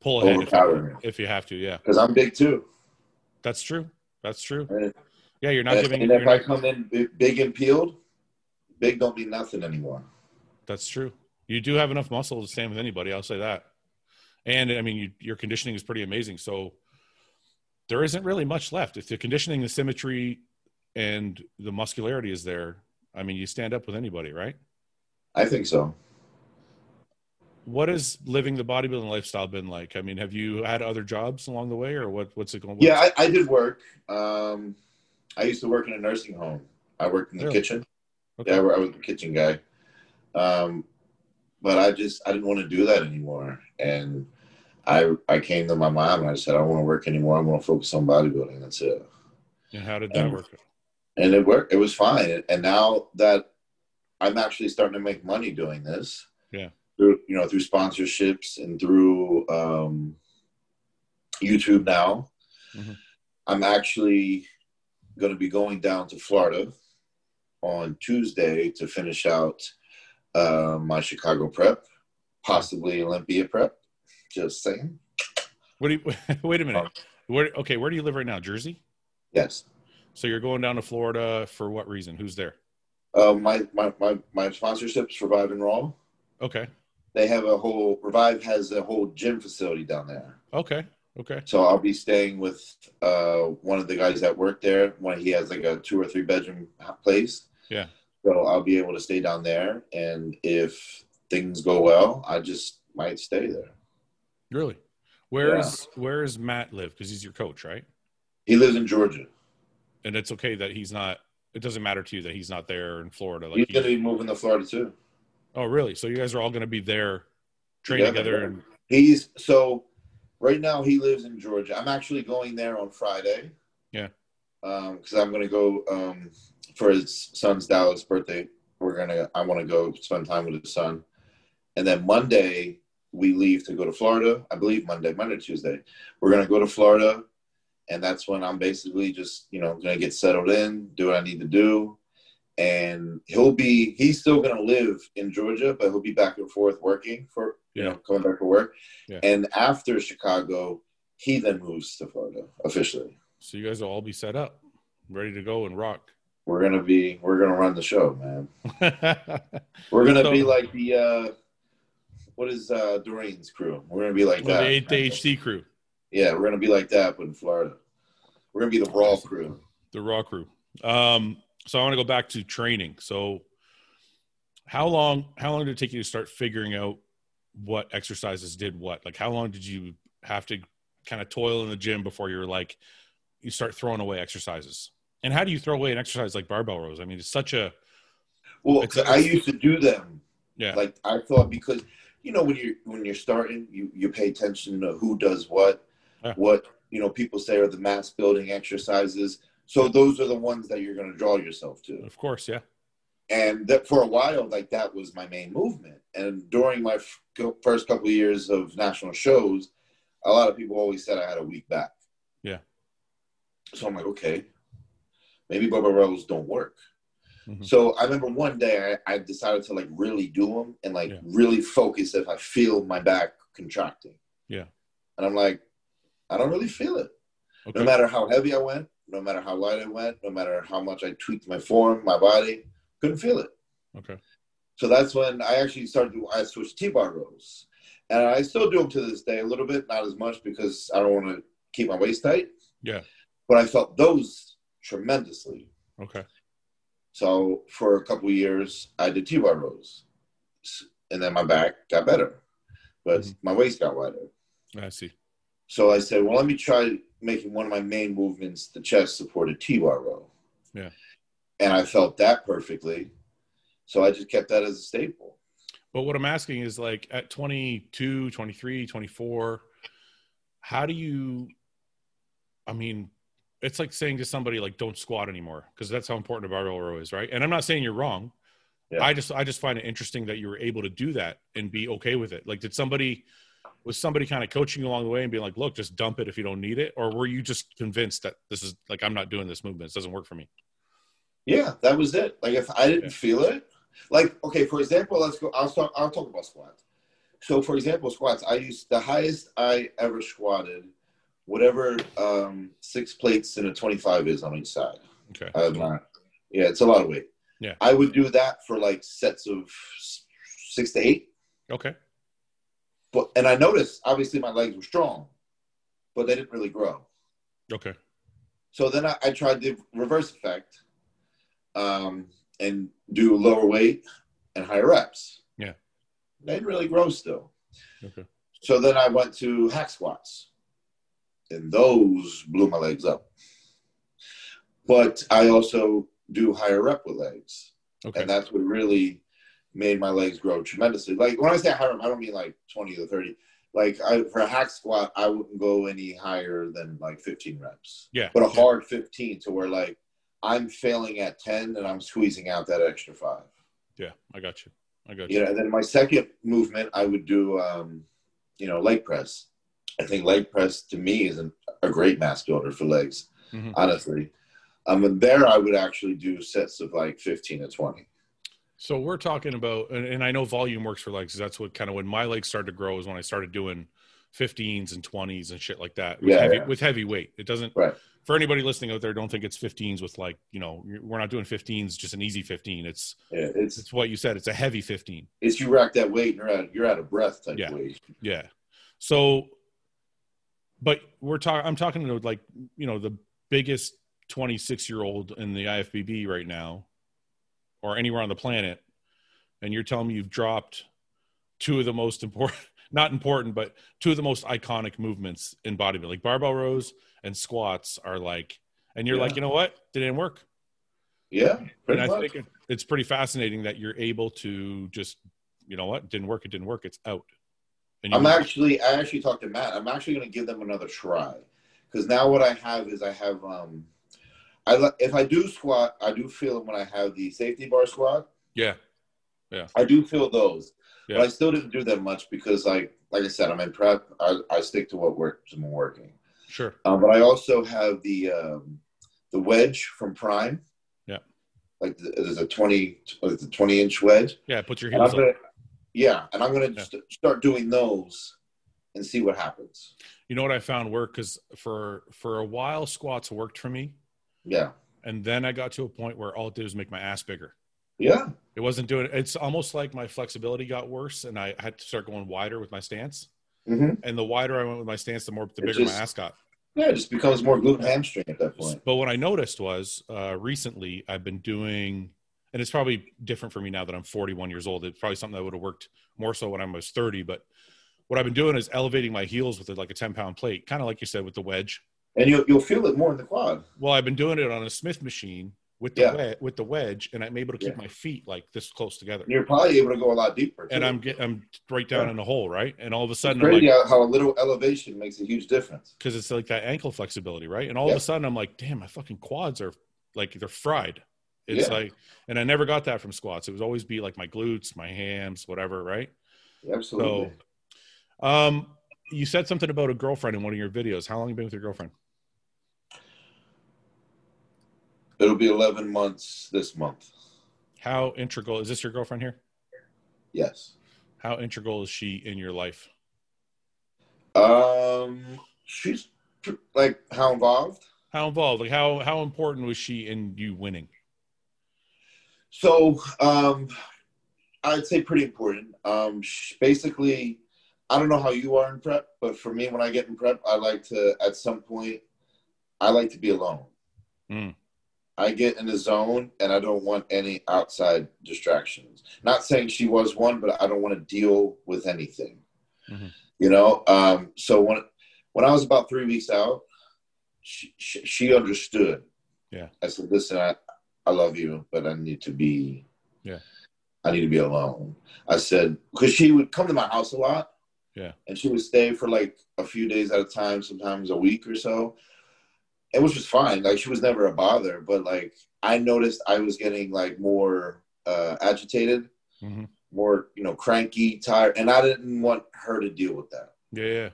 A: pull ahead if,
B: Overpower
A: if you have to? Yeah,
B: Because I'm big too.
A: that's true. That's true.
B: And,
A: Yeah, you're not giving.
B: and if
A: You're
B: I
A: not-
B: come in bi- big and peeled, big don't mean nothing anymore.
A: that's true. You do have enough muscle to stand with anybody. I'll say that. And I mean, you, your conditioning is pretty amazing. So there isn't really much left. If the conditioning, the symmetry, and the muscularity is there, I mean, you stand up with anybody, right?
B: I think so.
A: What has living the bodybuilding lifestyle been like? I mean, have you had other jobs along the way, or what? What's it going?
B: Yeah, I, I did work. Um, I used to work in a nursing home. I worked in the
A: Really?
B: kitchen.
A: Okay.
B: Yeah, I wa- I was the kitchen guy. Um, but I just I didn't want to do that anymore, and I I came to my mom and I said I don't want to work anymore. I want to focus on bodybuilding. That's it.
A: And how did that
B: Um,
A: work?
B: and it worked. It was fine. And now that I'm actually starting to make money doing this,
A: Yeah.
B: through you know through sponsorships and through um, YouTube now,
A: Mhm.
B: I'm actually going to be going down to Florida on Tuesday to finish out uh, my Chicago prep, possibly Olympia prep. Just saying.
A: What do you? [laughs] Wait a minute. Where? Okay, where do you live right now? Jersey.
B: Yes.
A: So you're going down to Florida for what reason? Who's there?
B: Uh, my, my, my, my sponsorships, Revive and Raw,
A: Okay.
B: they have a whole revive has a whole gym facility down there
A: Okay. Okay.
B: so i'll be staying with uh, one of the guys that work there when he has like a two or three bedroom place
A: Yeah.
B: so i'll be able to stay down there and if things go well i just might stay there
A: Really? Where
B: Yeah.
A: is Where is Matt live? Because he's your coach, right?
B: he lives in georgia
A: And it's okay that he's not. It doesn't matter to you that he's not there in Florida.
B: he's
A: Like,
B: going to
A: he,
B: be moving to florida too
A: oh, really? So you guys are all going to be there, train
B: Yeah.
A: together, and
B: he's so right now he lives in georgia i'm actually going there on friday
A: Yeah.
B: because i'm going to go um, for his son's dallas birthday we're going to i want to go spend time with his son and then monday we leave to go to florida i believe monday monday or tuesday we're going to go to florida and that's when i'm basically just you know going to get settled in do what i need to do and he'll be he's still going to live in georgia but he'll be back and forth working for you
A: Yeah.
B: know coming back to work
A: Yeah.
B: and after chicago he then moves to florida officially
A: so you guys will all be set up, ready to go and rock. [laughs]
B: we're going to be we're going to run the show man we're going to
A: So-
B: be like the uh what is uh doreen's crew we're going to be like
A: Well,
B: that
A: the, eight- the HC crew,
B: yeah we're going to be like that but in florida we're going to be the raw crew
A: the Raw crew. Um, so I want to go back to training. So how long how long did it take you to start figuring out what exercises did what? Like how long did you have to kind of toil in the gym before you're like you start throwing away exercises? And how do you throw away an exercise like barbell rows? I mean, it's such a
B: Well,
A: It's a-
B: I used to do them.
A: Yeah.
B: Like I thought because you know when you're when you're starting, you you pay attention to who does what,
A: Yeah.
B: what you know people say are the mass building exercises. So those are the ones that you're going to draw yourself to.
A: Of course, yeah.
B: And that for a while, like that was my main movement. And during my f- first couple of years of national shows, a lot of people always said I had a weak back.
A: Yeah.
B: So I'm like, okay, maybe Barbarillos don't work.
A: Mhm.
B: So I remember one day I, I decided to like really do them and like
A: Yeah.
B: really focus if I feel my back contracting.
A: Yeah.
B: And I'm like, I don't really feel it.
A: Okay.
B: No matter how heavy I went, no matter how light I went, no matter how much I tweaked my form, my body, couldn't feel it.
A: okay.
B: So that's when I actually started. To, I switched T-bar rows, and I still do them to this day a little bit, not as much because I don't want to keep my waist tight.
A: Yeah.
B: But I felt those tremendously.
A: Okay.
B: So for a couple of years, I did T-bar rows, S- and then my back got better, but
A: Mhm.
B: my waist got wider.
A: I see.
B: So I said, well, let me try making one of my main movements, the chest supported T-bar row.
A: Yeah.
B: And I felt that perfectly. So I just kept that as a staple.
A: But what I'm asking is like at 22, 23, 24, how do you, I mean, it's like saying to somebody like, don't squat anymore. Cause that's how important a barbell row is. Right. And I'm not saying you're wrong.
B: Yeah.
A: I just, I just find it interesting that you were able to do that and be okay with it. Like, did somebody, was somebody kind of coaching you along the way and being like, look, just dump it if you don't need it? Or were you just convinced that this is like, I'm not doing this movement. This doesn't work for me.
B: Yeah, that was it. Like if I didn't
A: Yeah.
B: feel it, like okay, for example, let's go. I'll start. I'll talk about squats. So for example, squats. I used the highest I ever squatted, whatever um, six plates and a twenty-five is on each side.
A: Okay.
B: Uh, my- yeah, it's a lot of weight.
A: Yeah.
B: I would do that for like sets of s- six to eight.
A: Okay.
B: But and I noticed obviously my legs were strong, but they didn't really grow.
A: Okay.
B: So then I, I tried the reverse effect um, and do lower weight and higher reps.
A: Yeah.
B: They didn't really grow still.
A: Okay.
B: So then I went to hack squats and those blew my legs up. But I also do higher rep with legs.
A: Okay.
B: And that's what really made my legs grow tremendously. Like when I say higher rep, I don't mean like 20 or 30. Like I, for a hack squat, I wouldn't go any higher than like 15 reps
A: Yeah.
B: but a
A: Yeah.
B: hard 15 to where like I'm failing at 10 and I'm squeezing out that extra five.
A: Yeah. I got you. I got you.
B: You know, and then my second movement, I would do, um, you know, leg press. I think leg press to me is an, a great mass builder for legs,
A: Mhm.
B: honestly. Um, and there I would actually do sets of like 15 to 20.
A: So we're talking about, and, and I know volume works for legs. 'cause That's what kind of when my legs started to grow is when I started doing 15s and 20s and shit like that with,
B: Yeah,
A: heavy,
B: yeah.
A: with heavy weight. It doesn't,
B: Right.
A: for anybody listening out there, don't think it's 15s with like, you know, we're not doing 15s, just an easy 15. It's,
B: Yeah, it's
A: it's what you said. It's a heavy 15.
B: it's you rack that weight and you're out you're out of breath type
A: Yeah.
B: weight.
A: Yeah. So, but we're talking, I'm talking to like, you know, the biggest 26 year old in the IFBB right now or anywhere on the planet. And you're telling me you've dropped two of the most important, [laughs] not important, but two of the most iconic movements in bodybuilding. Like barbell rows and squats are like, and you're like,
B: Yeah.
A: you know what? It didn't work.
B: Yeah, pretty
A: and I
B: much.
A: think it- it's pretty fascinating that you're able to just, you know what? Didn't work. It didn't work. It's out. And
B: I'm actually I actually talked to Matt. I'm actually going to give them another try because now what I have is I have um, I li- if I do squat, I do feel it when I have the safety bar squat.
A: yeah.
B: I do feel those,
A: Yeah.
B: but I still didn't do that much because like like I said, I'm in prep. I, I stick to what works and working.
A: Sure.
B: Um, but I also have the um, the wedge from Prime.
A: Yeah.
B: Like th- there's a 20 what is it, 20 inch wedge.
A: Yeah, put your
B: And I'm
A: heels up.
B: gonna, yeah, and I'm gonna
A: Yeah.
B: st- start doing those and see what happens.
A: You know what I found work because for for a while squats worked for me,
B: Yeah.
A: and then I got to a point where all it did was make my ass bigger.
B: Yeah,
A: It wasn't doing. It's almost like my flexibility got worse, and I had to start going wider with my stance.
B: mm-hmm.
A: And the wider I went with my stance, the more the
B: It
A: bigger
B: just-
A: my ass got.
B: yeah, it just becomes more glute and hamstring at that point.
A: But what I noticed was uh, recently I've been doing, and it's probably different for me now that I'm 41 years old. It's probably something that would have worked more so when I was 30. But what I've been doing is elevating my heels with like a 10 pound plate, kind of like you said with the wedge.
B: And you'll you'll feel it more in the quad.
A: Well, I've been doing it on a Smith machine with the
B: Yeah.
A: wedge, with the wedge, and I'm able to keep
B: Yeah.
A: my feet like this close together.
B: You're probably able to go a lot deeper.
A: And
B: too.
A: I'm get, I'm right down
B: Yeah.
A: in the hole, right? And all of a
B: It's
A: sudden, I'm
B: crazy
A: like,
B: how- how a little elevation makes a huge difference.
A: because it's like that ankle flexibility, right? And all
B: Yeah.
A: of a sudden, I'm like, damn, my fucking quads are like they're fried. It's
B: Yeah.
A: like, and I never got that from squats. It would always be like my glutes, my hams, whatever, right?
B: Absolutely.
A: So, um, you said something about a girlfriend in one of your videos. How long you been with your girlfriend?
B: It'll be 11 months this month.
A: How integral is this your girlfriend here?
B: Yes.
A: How integral is she in your life?
B: Um, she's pr- like how involved?
A: How involved? Like how how important was she in you winning?
B: So, um, I'd say pretty important. Um, sh- basically, I don't know how you are in prep, but for me, when I get in prep, I like to, at some point, I like to be alone.
A: Mm.
B: I get in the zone and I don't want any outside distractions. Not saying she was one, but I don't want to deal with anything.
A: Mhm.
B: You know, um, so when when I was about three weeks out, she, she, she understood.
A: Yeah.
B: I said, "Listen, I, I love you, but I need to be.
A: Yeah.
B: I need to be alone." I said because she would come to my house a lot.
A: Yeah.
B: And she would stay for like a few days at a time, sometimes a week or so. It was just fine. Like she was never a bother, but like I noticed I was getting like more uh, agitated,
A: Mhm.
B: more you know cranky, tired, and I didn't want her to deal with that.
A: Yeah, yeah.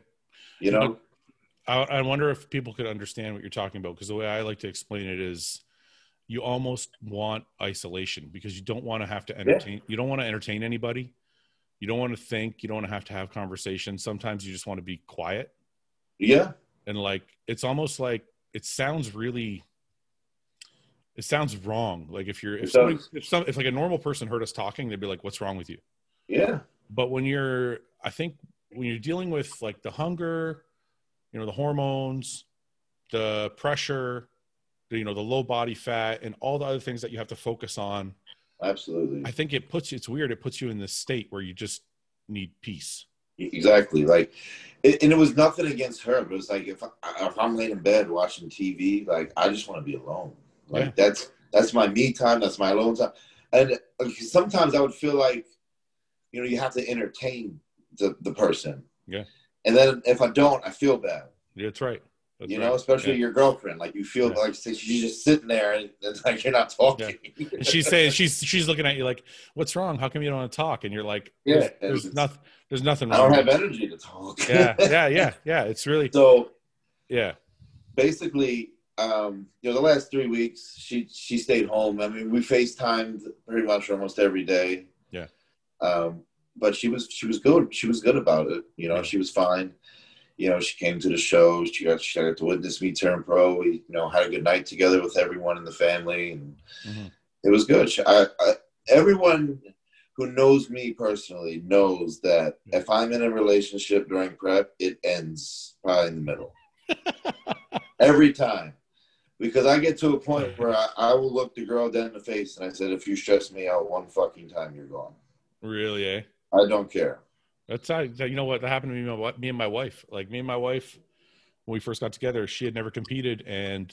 B: You
A: No,
B: know,
A: I, I wonder if people could understand what you're talking about because the way I like to explain it is you almost want isolation because you don't want to have to entertain you don't want to entertain anybody you don't want to think you don't want to have to have conversations sometimes you just want to be quiet
B: yeah,
A: and like it's almost like it sounds really it sounds wrong like if you're
B: It
A: if somebody,
B: does.
A: if some if like a normal person heard us talking they'd be like what's wrong with you
B: yeah,
A: but when you're i think when you're dealing with like the hunger you know the hormones the pressure the, you know the low body fat and all the other things that you have to focus on
B: absolutely,
A: i think it puts you it's weird it puts you in this state where you just need peace
B: exactly. Like, it, and it was nothing against her, but it's like if I, if I'm laying in bed watching TV, like I just want to be alone. Like
A: Yeah.
B: that's that's my me time. That's my alone time. And like, sometimes I would feel like, you know, you have to entertain the the person.
A: Yeah.
B: And then if I don't, I feel bad.
A: Yeah, that's right That's
B: you
A: right.
B: know, especially
A: Yeah.
B: your girlfriend. Like you feel
A: Yeah.
B: like she's just sitting there and it's like you're not talking. [laughs]
A: and she's saying she's she's looking at you like what's wrong how come you don't want to talk and you're like
B: Yeah,
A: there's,
B: it's-
A: there's nothing there's nothing
B: I
A: wrong
B: don't
A: with
B: have
A: it."
B: energy to talk.
A: yeah yeah yeah yeah it's really
B: [laughs] so
A: yeah
B: basically, um, you know, the last three weeks she she stayed home. I mean, we FaceTimed pretty much almost every day.
A: Yeah.
B: Um, but she was she was good. She was good about it. You know,
A: Yeah.
B: she was fine. You know, she came to the show. She got she got to witness me turn pro. We you know had a good night together with everyone in the family and.
A: Mhm.
B: it was good. She- I, I, everyone who knows me personally knows that if I'm in a relationship during prep, it ends probably in the middle. Every time. Because I get to a point where I, I will look the girl dead in the face and I said, if you stress me out one fucking time, you're gone.
A: really eh?
B: I don't care.
A: That's how, that- you know what that happened to me. and My, wi- me and my wife, like me and my wife, when we first got together, she had never competed, and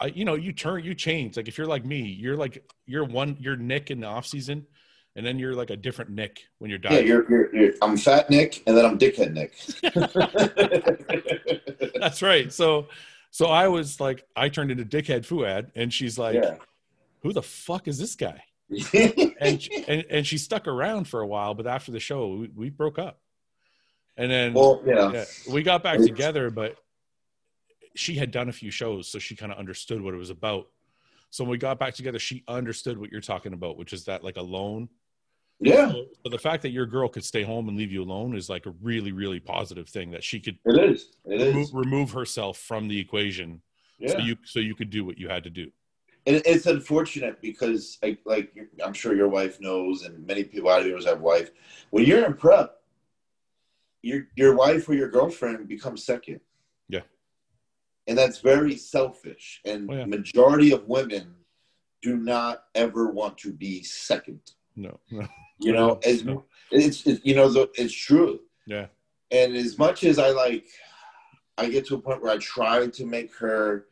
A: I, you know, you turn, you change. Like if you're like me, you're like you're one, you're Nick in the off season, and then you're like a different Nick when you're
B: Yeah,
A: dieting.
B: you're, you're, you're, I'm fat Nick and then I'm dickhead Nick.
A: [laughs] That's right. So, so I was like, I turned into dickhead Fuad, and she's [laughs] like, "Who the fuck is this guy?"
B: yeah. [laughs]
A: And and and she stuck around for a while, but after the show, we, we broke up, and then
B: well, yeah.
A: yeah, we got back
B: It's-
A: together, but she had done a few shows, so she kind of understood what it was about. So when we got back together, she understood what you're talking about, which is that like alone.
B: Yeah,
A: So, so the fact that your girl could stay home and leave you alone is like a really, really positive thing that she could
B: it is. It
A: remove,
B: is.
A: remove herself from the equation,
B: Yeah.
A: so you so you could do what you had to do.
B: And it- it's unfortunate because, like, like you- I'm sure your wife knows, and many people out of yours have wife. When you're in prep, your your wife or your girlfriend becomes second.
A: Yeah.
B: and that's very selfish. And
A: Oh, yeah.
B: majority of women do not ever want to be second. [laughs]
A: No, [laughs] no,
B: You know, as
A: No.
B: it's, it's you know the, it's true.
A: yeah,
B: And as much as I like, I get to a point where I try to make her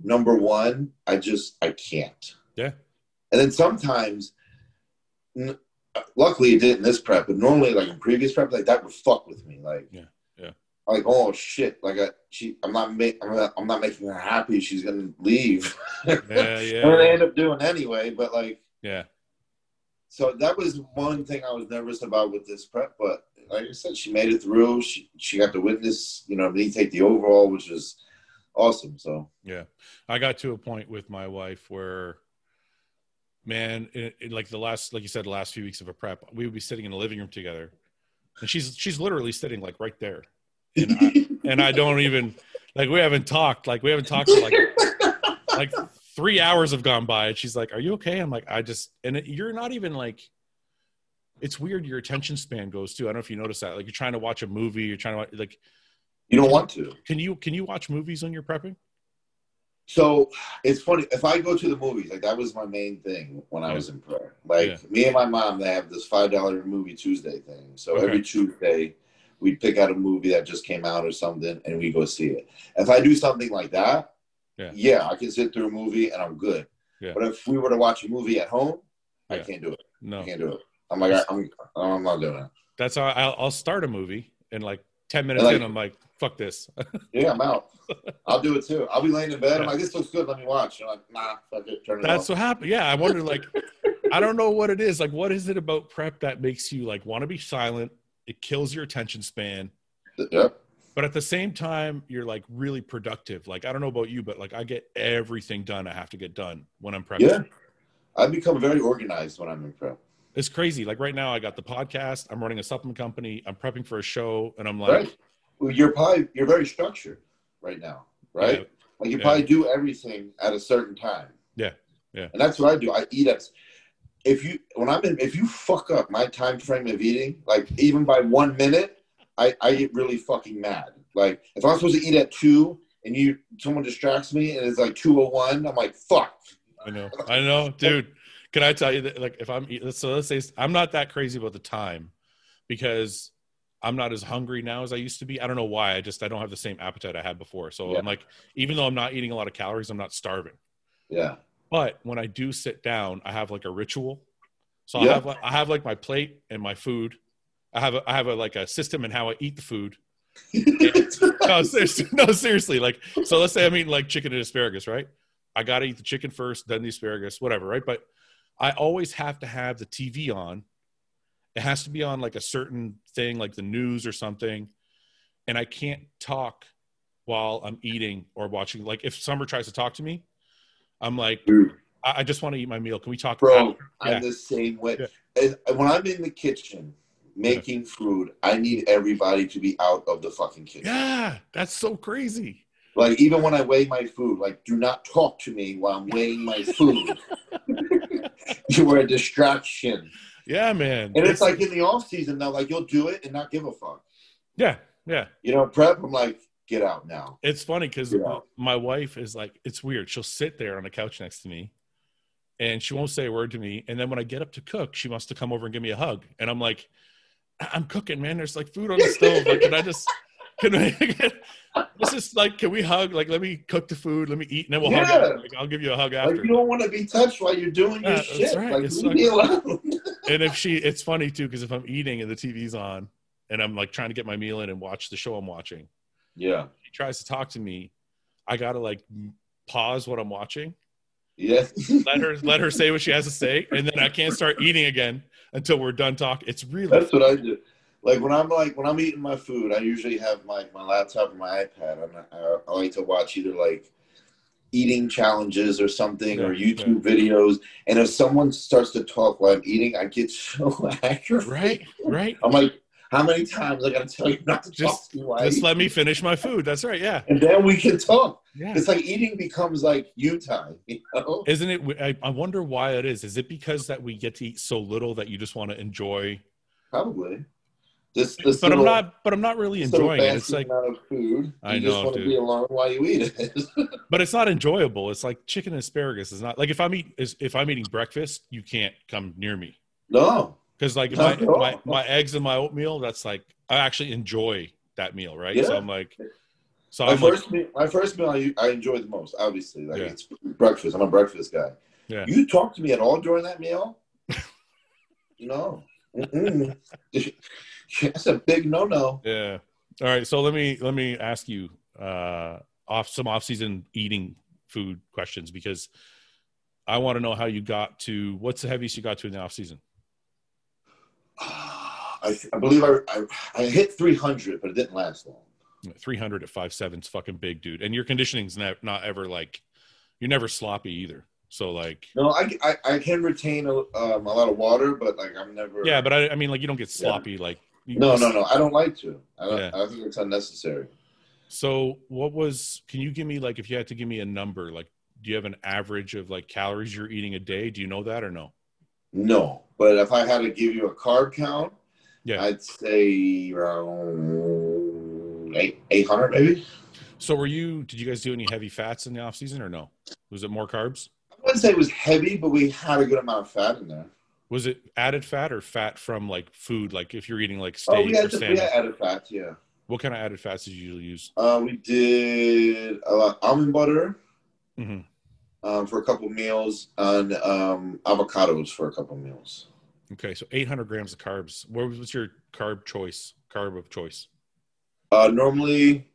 B: number one, I just I can't.
A: Yeah.
B: And then sometimes, n- luckily it did in this prep, but normally like in previous prep, like that would fuck with me. Like
A: Yeah, yeah.
B: Like oh shit, like I, she, I'm not make, I'm not, I'm not making her happy. She's gonna leave.
A: Yeah,
B: And they
A: yeah,
B: end up doing anyway, but like
A: yeah.
B: so that was one thing I was nervous about with this prep, but like I said, she made it through. She she got to witness, you know, me take the overall, which is awesome. [laughs] So
A: Yeah. I got to a point with my wife where, man, in, in like the last, like you said, the last few weeks of a prep, we would be sitting in the living room together. And she's, she's literally sitting like right there. And I, and I don't even, like, we haven't talked. Like, we haven't talked [laughs] for like, like three hours have gone by. And she's like, Are you okay? I'm like, I just, and it, you're not even like, it's weird your attention span goes too. I don't know if you notice that. Like, you're trying to watch a movie, you're trying to, watch, like,
B: you don't want to.
A: can you, can you watch movies when you're prepping?
B: So it's funny if I go to the movies, like that was my main thing when I was in prayer. Like
A: Yeah.
B: me and my mom, they have this five dollar movie Tuesday thing. So
A: Okay.
B: every Tuesday, we pick out a movie that just came out or something, and we go see it. If I do something like that,
A: Yeah.
B: I can sit through a movie and I'm good.
A: Yeah.
B: But if we were to watch a movie at home, I
A: Yeah.
B: can't do it.
A: No.
B: I can't do it. I'm like, I- I'm, I'm not doing it.
A: That's how I'll, I'll start a movie and like 10 minutes
B: Like-
A: in, I'm like, fuck this.
B: Yeah,
A: [laughs]
B: I'm out. I'll do it too. I'll be laying in bed.
A: Yeah.
B: I'm like, this looks good. Let me watch. And I'm like, nah, fuck it. Turn it
A: That's
B: off.
A: what happened. Yeah. I wonder,
B: [laughs]
A: like, I don't know what it is. Like, what is it about prep that makes you like want to be silent? It kills your attention span.
B: Yep.
A: But at the same time, you're like really productive. Like, I don't know about you, but like, I get everything done I have to get done when I'm prepping.
B: Yeah. I become very organized when I'm in prep.
A: It's crazy. Like, right now, I got the podcast, I'm running a supplement company, I'm prepping for a show, and I'm like,
B: right? Well, you're probably you're very structured right now, right? Like you
A: Yeah.
B: probably do everything at a certain time.
A: Yeah, yeah.
B: And that's what I do. I eat at if you when I'm in if you fuck up my time frame of eating, like even by one minute, I, I get really fucking mad. Like if I'm supposed to eat at two and you someone distracts me and it's like two oh one, I'm like fuck.
A: I know, I know, dude. Can I tell you that? Like, if I'm eat- so, let's say I'm not that crazy about the time because I'm not as hungry now as I used to be. I don't know why. I just I don't have the same appetite I had before. So
B: Yeah.
A: I'm like, even though I'm not eating a lot of calories, I'm not starving.
B: Yeah.
A: But when I do sit down, I have like a ritual. So I
B: Yeah.
A: have like I have like my plate and my food. I have a, I have a, like a system in how I eat the food.
B: [laughs]
A: No, seriously, [laughs] no, seriously. Like, so let's say I'm eating like chicken and asparagus, right? I gotta eat the chicken first, then the asparagus, whatever, right? But I always have to have the TV on. It has to be on like a certain thing, like the news or something. And I can't talk while I'm eating or watching. Like, if Summer tries to talk to me, I'm like,
B: Dude,
A: I, I just want to eat my meal. Can we talk?
B: bro,
A: after?" Yeah.
B: I'm the same way.
A: Yeah.
B: And When I'm in the kitchen making food, I need everybody to be out of the fucking kitchen.
A: Yeah, that's so crazy.
B: Like even when I weigh my food, like do not talk to me while I'm weighing
A: [laughs]
B: my food. [laughs] you are a distraction.
A: Yeah, man.
B: And it's like in the off season now, like you'll do it and not give a fuck.
A: yeah, yeah.
B: You know, prep. I'm like, get out now.
A: It's funny because
B: Yeah.
A: my wife is like, it's weird. She'll sit there on the couch next to me and she won't say a word to me. And then when I get up to cook, she wants to come over and give me a hug. And I'm like, "I- I'm cooking, man. There's like
B: [laughs]
A: food on the stove. Like, can I just, can I, this is like, can we hug? Like, let me cook the food. Let me eat. And then we'll hug.
B: Yeah.
A: after. Like, I'll give you a hug
B: Like
A: after.
B: you don't want to be touched while you're doing
A: Yeah,
B: your
A: that's
B: shit.
A: right.
B: Like
A: It's
B: leave
A: like-
B: me alone. [laughs]
A: and if she, it's funny too, because if I'm eating and the TV's on and I'm like trying to get my meal in and watch the show I'm watching,
B: Yeah.
A: she tries to talk to me. I got to like m- pause what I'm watching.
B: [laughs] Yes.
A: let her let her say what she has to say, and then I can't start eating again until we're done talking. It's really
B: That's what I do. Like when I'm like when I'm eating my food, I usually have my my laptop or my iPad, and I, I like to watch either like eating challenges or something or
A: Yeah,
B: YouTube videos. And if someone starts to talk while I'm eating, I get [laughs] so accurate.
A: right, right.
B: I'm like, how many times I gotta tell you not to
A: Just-
B: talk to you? while I
A: Just
B: eat?
A: let me finish my food. That's right. Yeah,
B: and then we can talk.
A: yeah.
B: It's like eating becomes like you time, [laughs] you know?
A: Isn't it? I, I wonder why it is. Is it because that we get to eat so little that you just want to enjoy?
B: Probably. This this
A: But I'm
B: little-
A: not. But I'm not really
B: this little
A: enjoying it. It's
B: fancy
A: like,
B: amount of food.
A: I
B: you
A: know,
B: just want
A: dude.
B: to be alone while you eat it. [laughs]
A: but it's not enjoyable. It's like chicken and asparagus is not like if I'm eat is- if I'm eating breakfast, you can't come near me
B: no.
A: because like my,
B: Not at all.
A: my my eggs and my oatmeal. That's like I actually enjoy that meal, right?
B: Yeah.
A: So I'm like, So
B: my
A: I'm like,
B: first meal, my first meal I, I enjoy the most, obviously. Like
A: Yeah.
B: it's breakfast. I'm a breakfast guy.
A: Yeah.
B: You talk to me at all during that
A: [laughs]
B: meal? no. Mm-mm. [laughs] That's a big no-no. [sighs]
A: yeah. All right. So let me let me ask you uh, off some off season eating food questions because I want to know how you got to what's the heaviest you got to in the off season.
B: I, I believe I, I I hit 300, but it didn't last long.
A: Three hundred at five seven's fucking big, dude. And your conditioning's not not ever like you're never sloppy either. So like
B: No, I, I, I can retain a, um, a lot of water, but like I'm never.
A: yeah, but I, I mean like you don't get sloppy like you-
B: No, no, no. I don't like to. I, don't,
A: Yeah.
B: I think it's unnecessary.
A: So what was can you give me like if you had to give me a number like do you have an average of like calories you're eating a day? Do you know that or no?
B: No, but if I had to give you a carb count,
A: Yeah.
B: I'd say around eight eight hundred maybe.
A: So were you did you guys do any heavy fats in the off season or no? Was it more carbs?
B: I wouldn't say it was heavy, but we had a good amount of fat in there.
A: Was it added fat or fat from like food? Like if you're eating like
B: Oh,
A: steak
B: we
A: or
B: had, to, we
A: salmon,
B: had added fat, yeah.
A: what kind of added fats did you usually use?
B: Uh, we did a lot almond butter
A: Mhm.
B: um, for a couple meals and um, avocados for a couple meals.
A: Okay, so 800 grams of carbs. What was what's your carb choice? Carb of choice?
B: Uh, normally,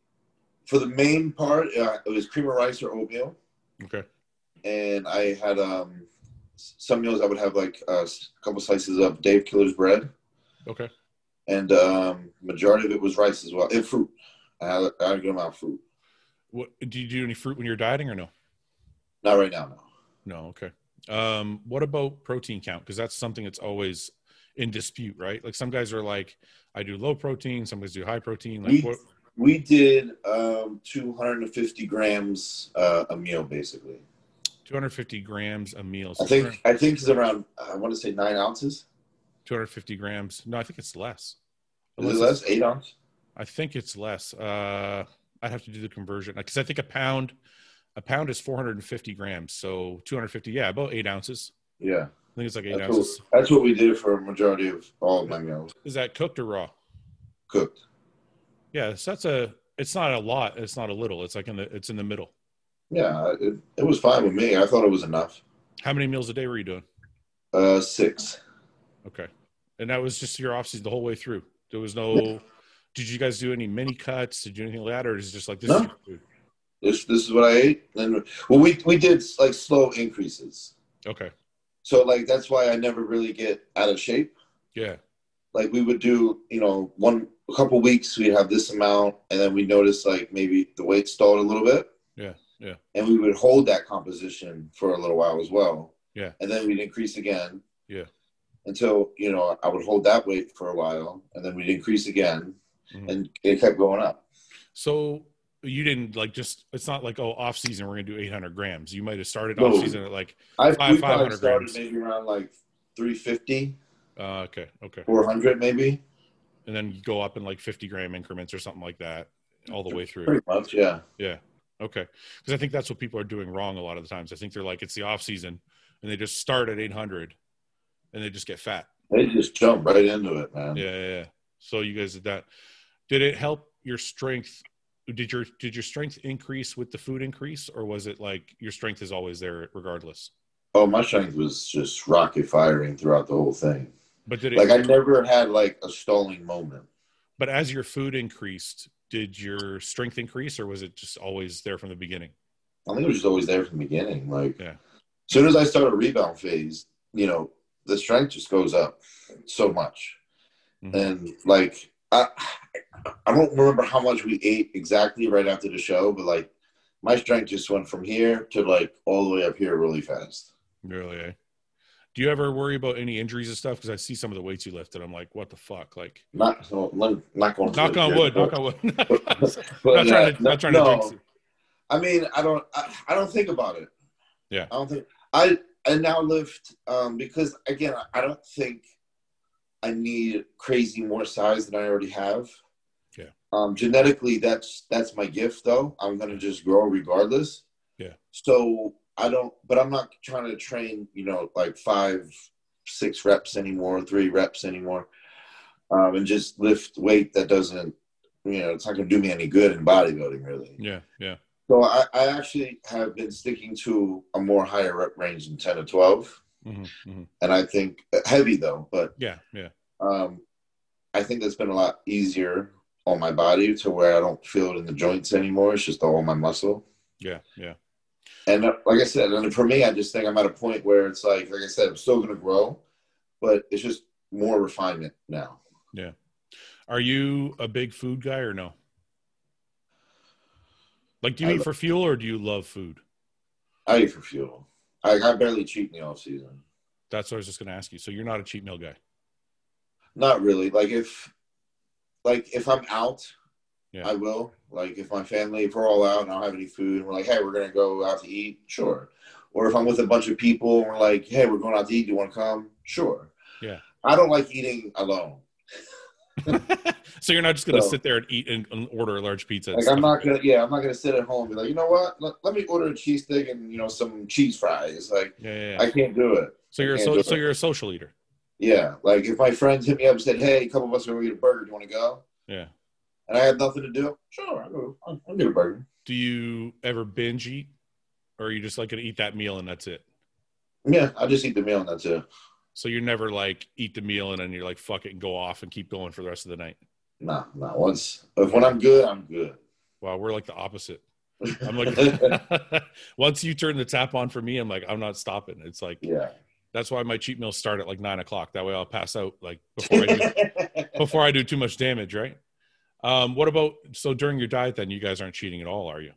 B: for the main part, uh, it was cream of rice or oatmeal.
A: Okay,
B: and I had um, s- some meals I would have like uh, s- a couple slices of Dave Killer's bread,
A: okay,
B: and um, majority of it was rice as well and fruit. I had, I had a good amount of fruit.
A: what do you do any fruit when you're dieting or no?
B: Not right now, no.
A: No, okay. Um, what about protein count? Because that's something that's always in dispute, right? Like some guys are like, I do low protein, some guys do high protein. Like,
B: We-
A: what,
B: We did um, 250 grams uh, a meal, basically.
A: 250 grams a meal.
B: I
A: So
B: think I think it's around I want to say nine ounces.
A: 250 grams. No, I think it's less.
B: Is
A: Unless
B: it
A: it's-
B: less? Eight ounce?
A: I think it's less. Uh, I'd have to do the conversion because I think a pound, a pound is 450 grams. So 250, yeah, about eight ounces.
B: Yeah,
A: I think it's like eight
B: that's what,
A: ounces.
B: that's what we did for a majority of all of my meals.
A: Is that cooked or raw?
B: Cooked.
A: Yeah, so that's a. It's not a lot. It's not a little. It's like in the. It's in the middle.
B: Yeah, it, it was fine with me. I thought it was enough.
A: How many meals a day were you doing?
B: Uh, six.
A: Okay. And that was just your off season the whole way through. There was no did you guys do any mini cuts? Did you do anything like that? Or is it just like this is
B: No.
A: your food?
B: this this is what I ate. And well, we we did like slow increases,
A: Okay.
B: so like that's why I never really get out of shape.
A: Yeah.
B: Like we would do, you know, one a couple weeks we'd have this amount, and then we notice like maybe the weight stalled a little bit.
A: Yeah, yeah.
B: And we would hold that composition for a little while as well.
A: Yeah.
B: And then we'd increase again.
A: Yeah.
B: Until you know, I would hold that weight for a while, and then we'd increase again,
A: Mhm.
B: and it kept going up.
A: So you didn't like just it's not like oh off season we're gonna do eight hundred grams. You might have started
B: No.
A: off season at like
B: I
A: Five-
B: we probably
A: 500
B: started
A: grams.
B: maybe around like 350,
A: uh, okay, okay.
B: 400 maybe.
A: And then you go up in like fifty gram increments or something like that all the way through.
B: Pretty much, yeah.
A: Okay. Because I think that's what people are doing wrong a lot of the times. I think they're like it's the off season and they just start at eight hundred and they just get fat.
B: They just jump right into it, man.
A: yeah, yeah, yeah. So you guys did that. Did it help your strength? Did your did your strength increase with the food increase, or was it like your strength is always there regardless?
B: Oh, my strength was just rocket firing throughout the whole thing.
A: But did it?
B: Like I never had like a stalling moment.
A: but as your food increased, did your strength increase, or was it just always there from the beginning?
B: I think it was just always there from the beginning. Like
A: Yeah.
B: soon as I start a rebound phase, you know, the strength just goes up so much.
A: Mhm.
B: And like I I don't remember how much we ate exactly right after the show, but like my strength just went from here to like all the way up here really fast.
A: Really? eh? Do you ever worry about any injuries and stuff? Because I see some of the weights you lifted. I'm like, what the fuck? Like,
B: Not no, no, knock on
A: knock on wood. Knock on wood. [laughs] not
B: But, uh,
A: trying to. Not trying to.
B: no.
A: jinx it.
B: I mean, I don't, I, I don't think about it.
A: Yeah.
B: I don't think I, I now lift um, because again, I- I don't think I need crazy more size than I already have.
A: Yeah.
B: Um, genetically, that's that's my gift, though. I'm gonna just grow regardless.
A: Yeah.
B: So I don't, but I'm not trying to train, you know, like five, six reps anymore, three reps anymore, um, and just lift weight that doesn't you know, it's not going to do me any good in bodybuilding, really.
A: Yeah, yeah.
B: So I, I actually have been sticking to a more higher rep range than 10 to 12.
A: Mm-hmm, hmm
B: And I think uh, heavy though, but
A: Yeah, yeah.
B: um, I think that's been a lot easier on my body to where I don't feel it in the joints anymore. It's just all my muscle.
A: Yeah, yeah.
B: And uh, like I said, and for me, I just think I'm at a point where it's like, like I said, I'm still going to grow, but it's just more refinement now.
A: Are you a big food guy or no? Like, do you
B: I
A: eat
B: lo-
A: for fuel or do you love food?
B: I eat for fuel. I, I barely cheat in the off season.
A: That's what I was just going to ask you. So you're not a cheat meal guy.
B: Not really. Like if, like if I'm out,
A: Yeah.
B: I will. Like if my family, if we're all out and I don't have any food, and we're like, hey, we're gonna go out to eat, sure. Or if I'm with a bunch of people and we're like, hey, we're going out to eat, do you want to come? Sure.
A: Yeah.
B: I don't like eating alone.
A: [laughs] so you're not just going to
B: So-
A: sit there and eat and, and order a large pizza. and
B: Like I'm
A: stuff.
B: not gonna, yeah, I'm not gonna sit at home and be like, you know what? Let, let me order a cheesesteak and you know some cheese fries. Like
A: Yeah, yeah. yeah.
B: I can't do it.
A: so you're a
B: can't
A: so,
B: do
A: so
B: it.
A: you're a social eater.
B: Yeah, like if my friends hit me up and said, hey, a couple of us are gonna go get a burger. Do you want to go?
A: Yeah.
B: And I have nothing to do. Sure, I'll go. I'll, I'll get a burger.
A: Do you ever binge eat, or are you just like going to eat that meal and that's it?
B: Yeah, I just eat the meal and that's it.
A: So you're never like eat the meal and then you're like fuck it and go off and keep going for the rest of the night.
B: Nah, not once. If when I'm good, I'm good.
A: Wow, we're like the opposite. I'm
B: [laughs]
A: like, [laughs] once you turn the tap on for me, I'm like, I'm not stopping. It's like
B: yeah.
A: that's why my cheat meals start at like nine o'clock. That way, I'll pass out like before I do,
B: [laughs]
A: before I do too much damage, right? Um, what about so during your diet? Then you guys aren't cheating at all, are you?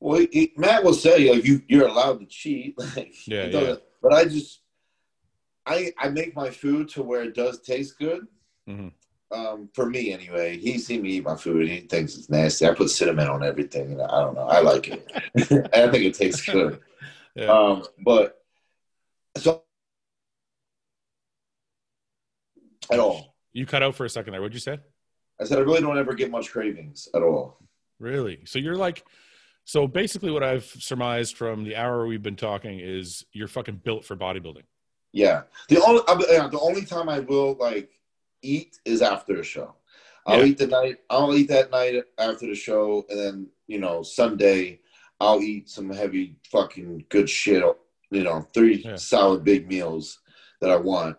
B: well, he- he- Matt will say like you you're allowed to cheat. [laughs] Like,
A: Yeah,
B: it doesn't- But I just I I make my food to where it does taste good.
A: Mhm.
B: Um, for me, anyway, he's seen me eat my food. He thinks it's nasty. I put cinnamon on everything. And I don't know. I like it. [laughs] I think it tastes good.
A: [laughs] Yeah.
B: Um, but so at all,
A: You cut out for a second there. What'd you say?
B: I said I really don't ever get much cravings at all.
A: Really? So you're like, so basically, what I've surmised from the hour we've been talking is you're fucking built for bodybuilding.
B: Yeah. The only I'll be- yeah, the only time I will like eat is after a show. I'll
A: Yeah.
B: eat the night. I'll eat that night after the show, and then you know Sunday I'll eat some heavy fucking good shit. You know, three
A: Yeah.
B: solid big meals that I want.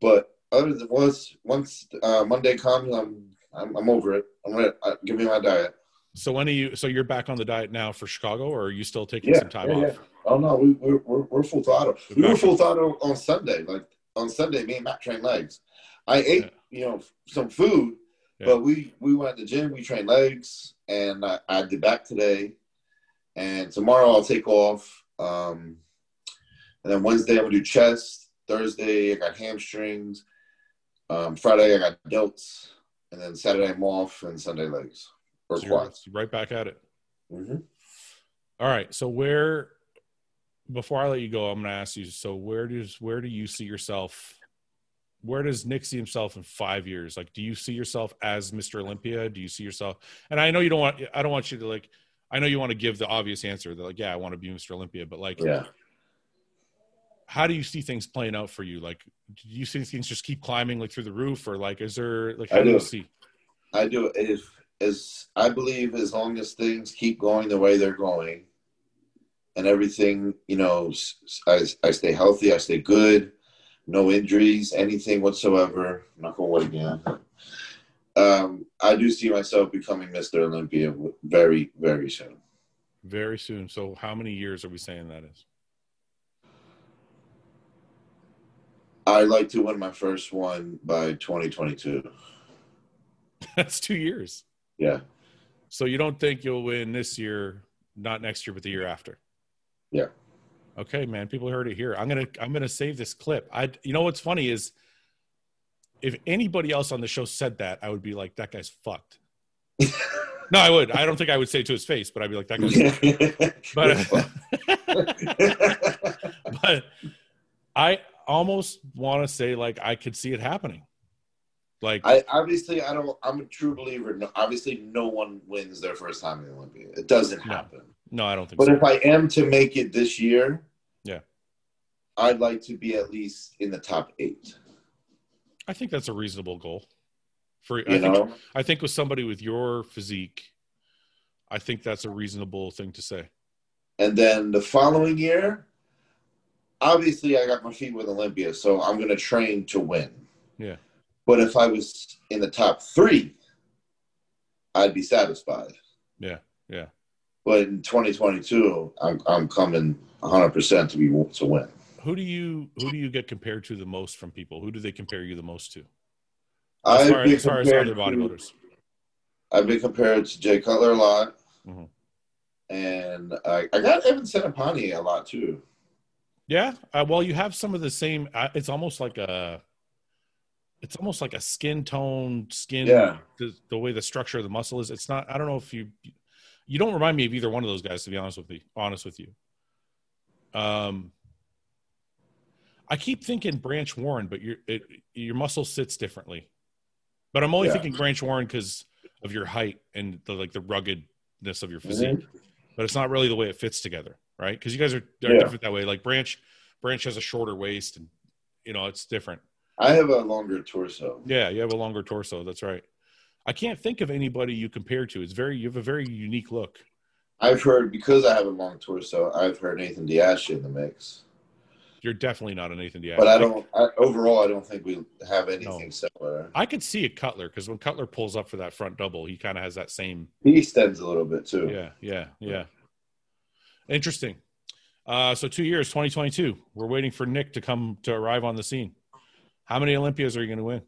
B: But other than once once uh, Monday comes, I'm I'm, I'm over it. I'm gonna uh, give me my diet.
A: So when are you? So you're back on the diet now for Chicago, or are you still taking
B: Yeah,
A: some time
B: yeah,
A: off?
B: Oh no, we, we're, we're we're full throttle.
A: We're
B: We were
A: back.
B: full throttle on Sunday. Like on Sunday, me and Matt trained legs. I ate, you know, some food,
A: Yeah.
B: but we we went to the gym. We trained legs, and I, I did back today. And tomorrow I'll take off. Um, and then Wednesday I'm gonna do chest. Thursday I got hamstrings. Um, Friday I got delts, and then Saturday I'm off, and Sunday legs or
A: So you're
B: quads.
A: right back at it.
B: Mhm.
A: All right. So where before I let you go, I'm gonna ask you, so where does where do you see yourself? Where does Nick see himself in five years? Like, do you see yourself as Mr. Olympia? Do you see yourself? And I know you don't want I don't want you to like I know you want to give the obvious answer that like, yeah, I want to be Mr. Olympia, but like
B: Yeah.
A: how do you see things playing out for you? Like do you see things just keep climbing like through the roof or like is there like how
B: I
A: do you
B: do.
A: see?
B: I do. If as I believe, as long as things keep going the way they're going, and everything, you know, s- s- I, I stay healthy, I stay good, no injuries, anything whatsoever. I'm not going to again. Um, I do see myself becoming Mr. Olympia w- very, very soon.
A: Very soon. So how many years are we saying that is?
B: I like to win my first one by 2022.
A: [laughs] That's two years.
B: Yeah,
A: So you don't think you'll win this year, not next year, but the year after.
B: Yeah.
A: Okay, man. People heard it here. I'm gonna I'm gonna save this clip. I you know what's funny is if anybody else on the show said that, I would be like, that guy's
B: [laughs]
A: fucked. no, I would. I don't think I would say it to his face, but I'd be like, that guy's
B: [laughs]
A: but [laughs]
B: uh,
A: but I almost wanna say like I could see it happening. Like
B: I obviously I don't. I'm a true believer. No, obviously, no one wins their first time in the Olympia. It doesn't
A: No.
B: happen.
A: no, I don't think
B: But
A: so.
B: if I am to make it this year,
A: Yeah.
B: I'd like to be at least in the top eight.
A: I think that's a reasonable goal For I
B: You
A: think,
B: know,
A: I think with somebody with your physique, I think that's a reasonable thing to say.
B: and then the following year, obviously I got my feet with Olympia, so I'm going to train to win.
A: Yeah.
B: But if I was in the top three, I'd be satisfied.
A: Yeah, yeah.
B: But in 2022, I'm, I'm coming 100% to be to win.
A: Who do you who do you get compared to the most from people? Who do they compare you the most to? As
B: I've
A: far,
B: been
A: as, far as
B: compared
A: other
B: to-
A: bodybuilders.
B: I've been compared to Jay Cutler a lot,
A: Mhm.
B: and I, I got Evan Senapani a lot too.
A: Yeah. Uh, well, you have some of the same. Uh, it's almost like a, it's almost like a skin tone, skin.
B: Yeah.
A: The, the way the structure of the muscle is. It's not. I don't know if you, you don't remind me of either one of those guys. To be honest with you, honest with you. Um. I keep thinking Branch Warren, but your it, your muscle sits differently. But I'm only
B: Yeah.
A: thinking Branch Warren because of your height and the like the ruggedness of your
B: Mm-hmm.
A: physique but it's not really the way it fits together, right? Because you guys are, are
B: Yeah.
A: different that way. Like Branch, Branch has a shorter waist, and you know it's different.
B: I have a longer torso.
A: Yeah, you have a longer torso. That's right. I can't think of anybody you compare to. It's very you have a very unique look.
B: I've heard because I have a long torso. I've heard Nathan Diashe in the mix,
A: You're definitely not an Nathan Diaz.
B: but I don't. I, overall, I don't think we have anything similar.
A: I could see a Cutler because when Cutler pulls up for that front double, he kind of has that same.
B: He extends a little bit too.
A: Yeah, yeah, yeah. Interesting. Uh, so two years, 2022. We're waiting for Nick to come to arrive on the scene. How many Olympias are you going to win?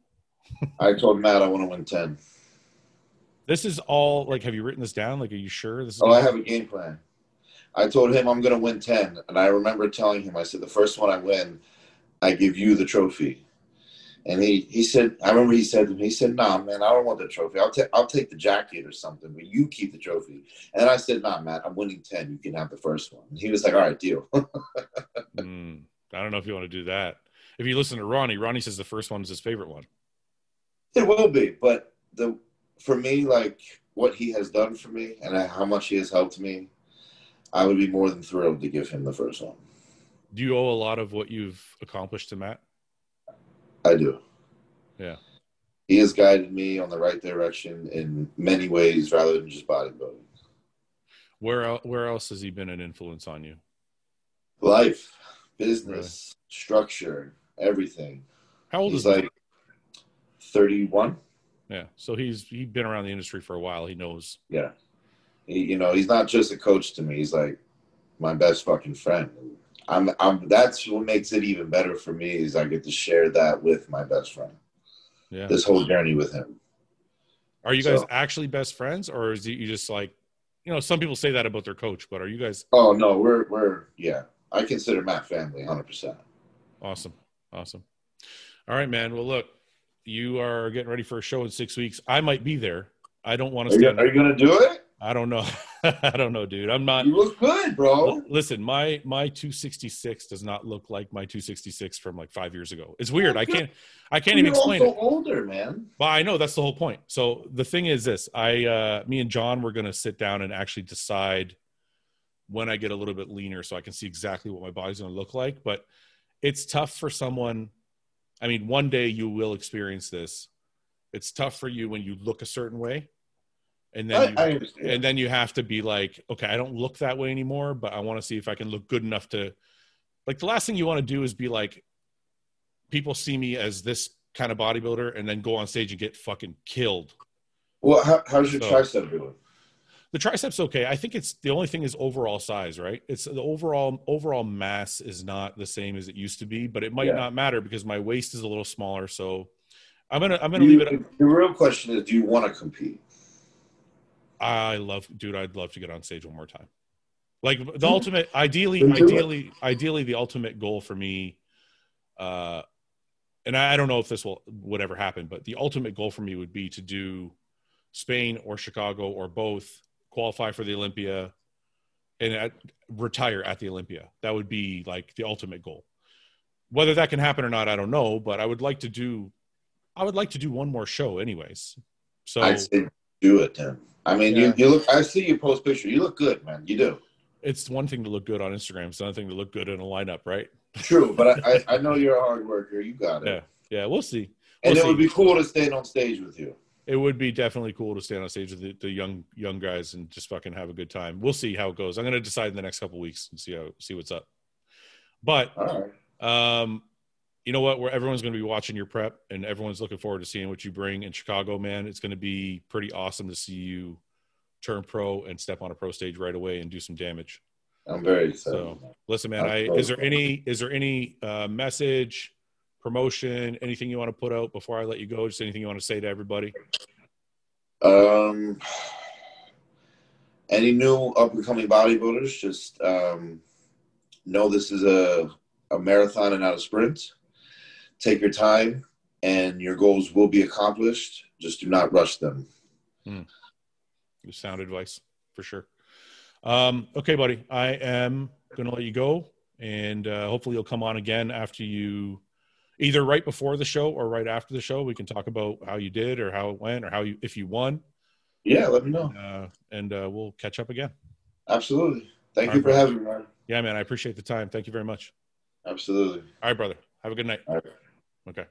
B: I told Matt I want to win ten.
A: This is all like. Have you written this down? Like, are you sure this is?
B: Oh, I have a game plan. I told him I'm going to win 10. And I remember telling him, I said, the first one I win, I give you the trophy. And he, he said, I remember he said to me, he said, nah, man, I don't want the trophy. I'll, ta- I'll take the jacket or something, but you keep the trophy. And I said, nah, Matt, I'm winning 10. You can have the first one. And he was like, all right, deal.
A: Mm, I don't know if you want to do that. If you listen to Ronnie, Ronnie says the first one is his favorite one.
B: it will be. But the for me, like what he has done for me and how much he has helped me, I would be more than thrilled to give him the first one.
A: Do you owe a lot of what you've accomplished to Matt?
B: I do.
A: Yeah.
B: He has guided me on the right direction in many ways rather than just bodybuilding.
A: Where el- where else has he been an influence on you?
B: Life, business, structure, everything.
A: How old
B: He's
A: is he?
B: like 31.
A: Yeah, so he's he's been around the industry for a while. He knows.
B: Yeah. He, you know, he's not just a coach to me. He's like my best fucking friend. I'm, I'm, that's what makes it even better for me is I get to share that with my best friend,
A: Yeah.
B: this whole journey with him.
A: Are you guys
B: so-
A: actually best friends, or is it you just like, you know, some people say that about their coach, but are you guys
B: Oh no, we're, we're, yeah. I consider Matt family 100%.
A: Awesome. Awesome. All right, man. Well, look, you are getting ready for a show in six weeks. I might be there. I don't want
B: Are
A: to
B: you,
A: stand.
B: are you going to do it?
A: I don't know. [laughs] I don't know, dude. I'm not.
B: You look good, bro.
A: L- Listen, my my 266 does not look like my 266 from like five years ago. It's
B: Oh,
A: weird. I can't. I can't even
B: You're
A: explain
B: also
A: it.
B: older, man.
A: But I know that's the whole point. So the thing is this: I, uh, me and John, we're gonna sit down and actually decide when I get a little bit leaner, so I can see exactly what my body's gonna look like. But it's tough for someone. I mean, one day you will experience this. It's tough for you when you look a certain way, and then
B: I,
A: you,
B: I understand.
A: and then you have to be like, okay, I don't look that way anymore, but I want to see if I can look good enough to. Like the last thing you want to do is be like, people see me as this kind of bodybuilder, and then go on stage and get fucking killed.
B: well, how, how's your
A: So-
B: tricep doing?
A: The triceps okay. I think it's the only thing is overall size, right? It's the overall overall mass is not the same as it used to be, but it might
B: Yeah.
A: not matter because my waist is a little smaller. So I'm gonna I'm gonna
B: You,
A: leave it.
B: the real question is, do you want to compete?
A: I love, dude. I'd love to get on stage one more time. Like the
B: it.
A: ultimate, ideally,
B: Then do it.
A: ideally, ideally, the ultimate goal for me, uh, and I, I don't know if this will would ever happen, but the ultimate goal for me would be to do Spain or Chicago or both, qualify for the Olympia, and at, retire at the Olympia. That would be like the ultimate goal. Whether that can happen or not, I don't know, but I would like to do, I would like to do one more show, anyways. So
B: I'd say do it then. I mean,
A: Yeah.
B: you, you look. I see your post picture. You look good, man. You do.
A: it's one thing to look good on Instagram. It's another thing to look good in a lineup, right?
B: True, but I, I, I know you're a hard worker. You got it.
A: Yeah, we'll see.
B: and
A: we'll
B: it would
A: see.
B: be cool to stand on stage with you.
A: it would be definitely cool to stand on stage with the, the young young guys and just fucking have a good time. We'll see how it goes. I'm gonna decide in the next couple weeks and see how see what's up. But
B: All right.
A: um, you know what? Where everyone's going to be watching your prep, and everyone's looking forward to seeing what you bring in Chicago. Man, it's going to be pretty awesome to see you turn pro and step on a pro stage right away and do some damage.
B: I'm very excited.
A: Listen, man, I, is there any is there any uh, message, promotion, anything you want to put out before I let you go? Just anything you want to say to everybody?
B: Um, any new up and coming bodybuilders, just um, know this is a, a marathon and not a sprint. Take your time, and your goals will be accomplished. Just do not rush them.
A: Sound advice for sure. Um, okay, buddy, I am going to let you go, and uh, hopefully you'll come on again after you, either right before the show or right after the show. We can talk about how you did or how it went or how you if you won,
B: Yeah, let me know.
A: uh, and uh, we'll catch up again.
B: Absolutely. Thank
A: All right,
B: you for
A: bro.
B: having me, man.
A: Yeah, man, I appreciate the time. Thank you very much.
B: Absolutely.
A: All right, brother, have a good night.
B: All right.
A: Okay.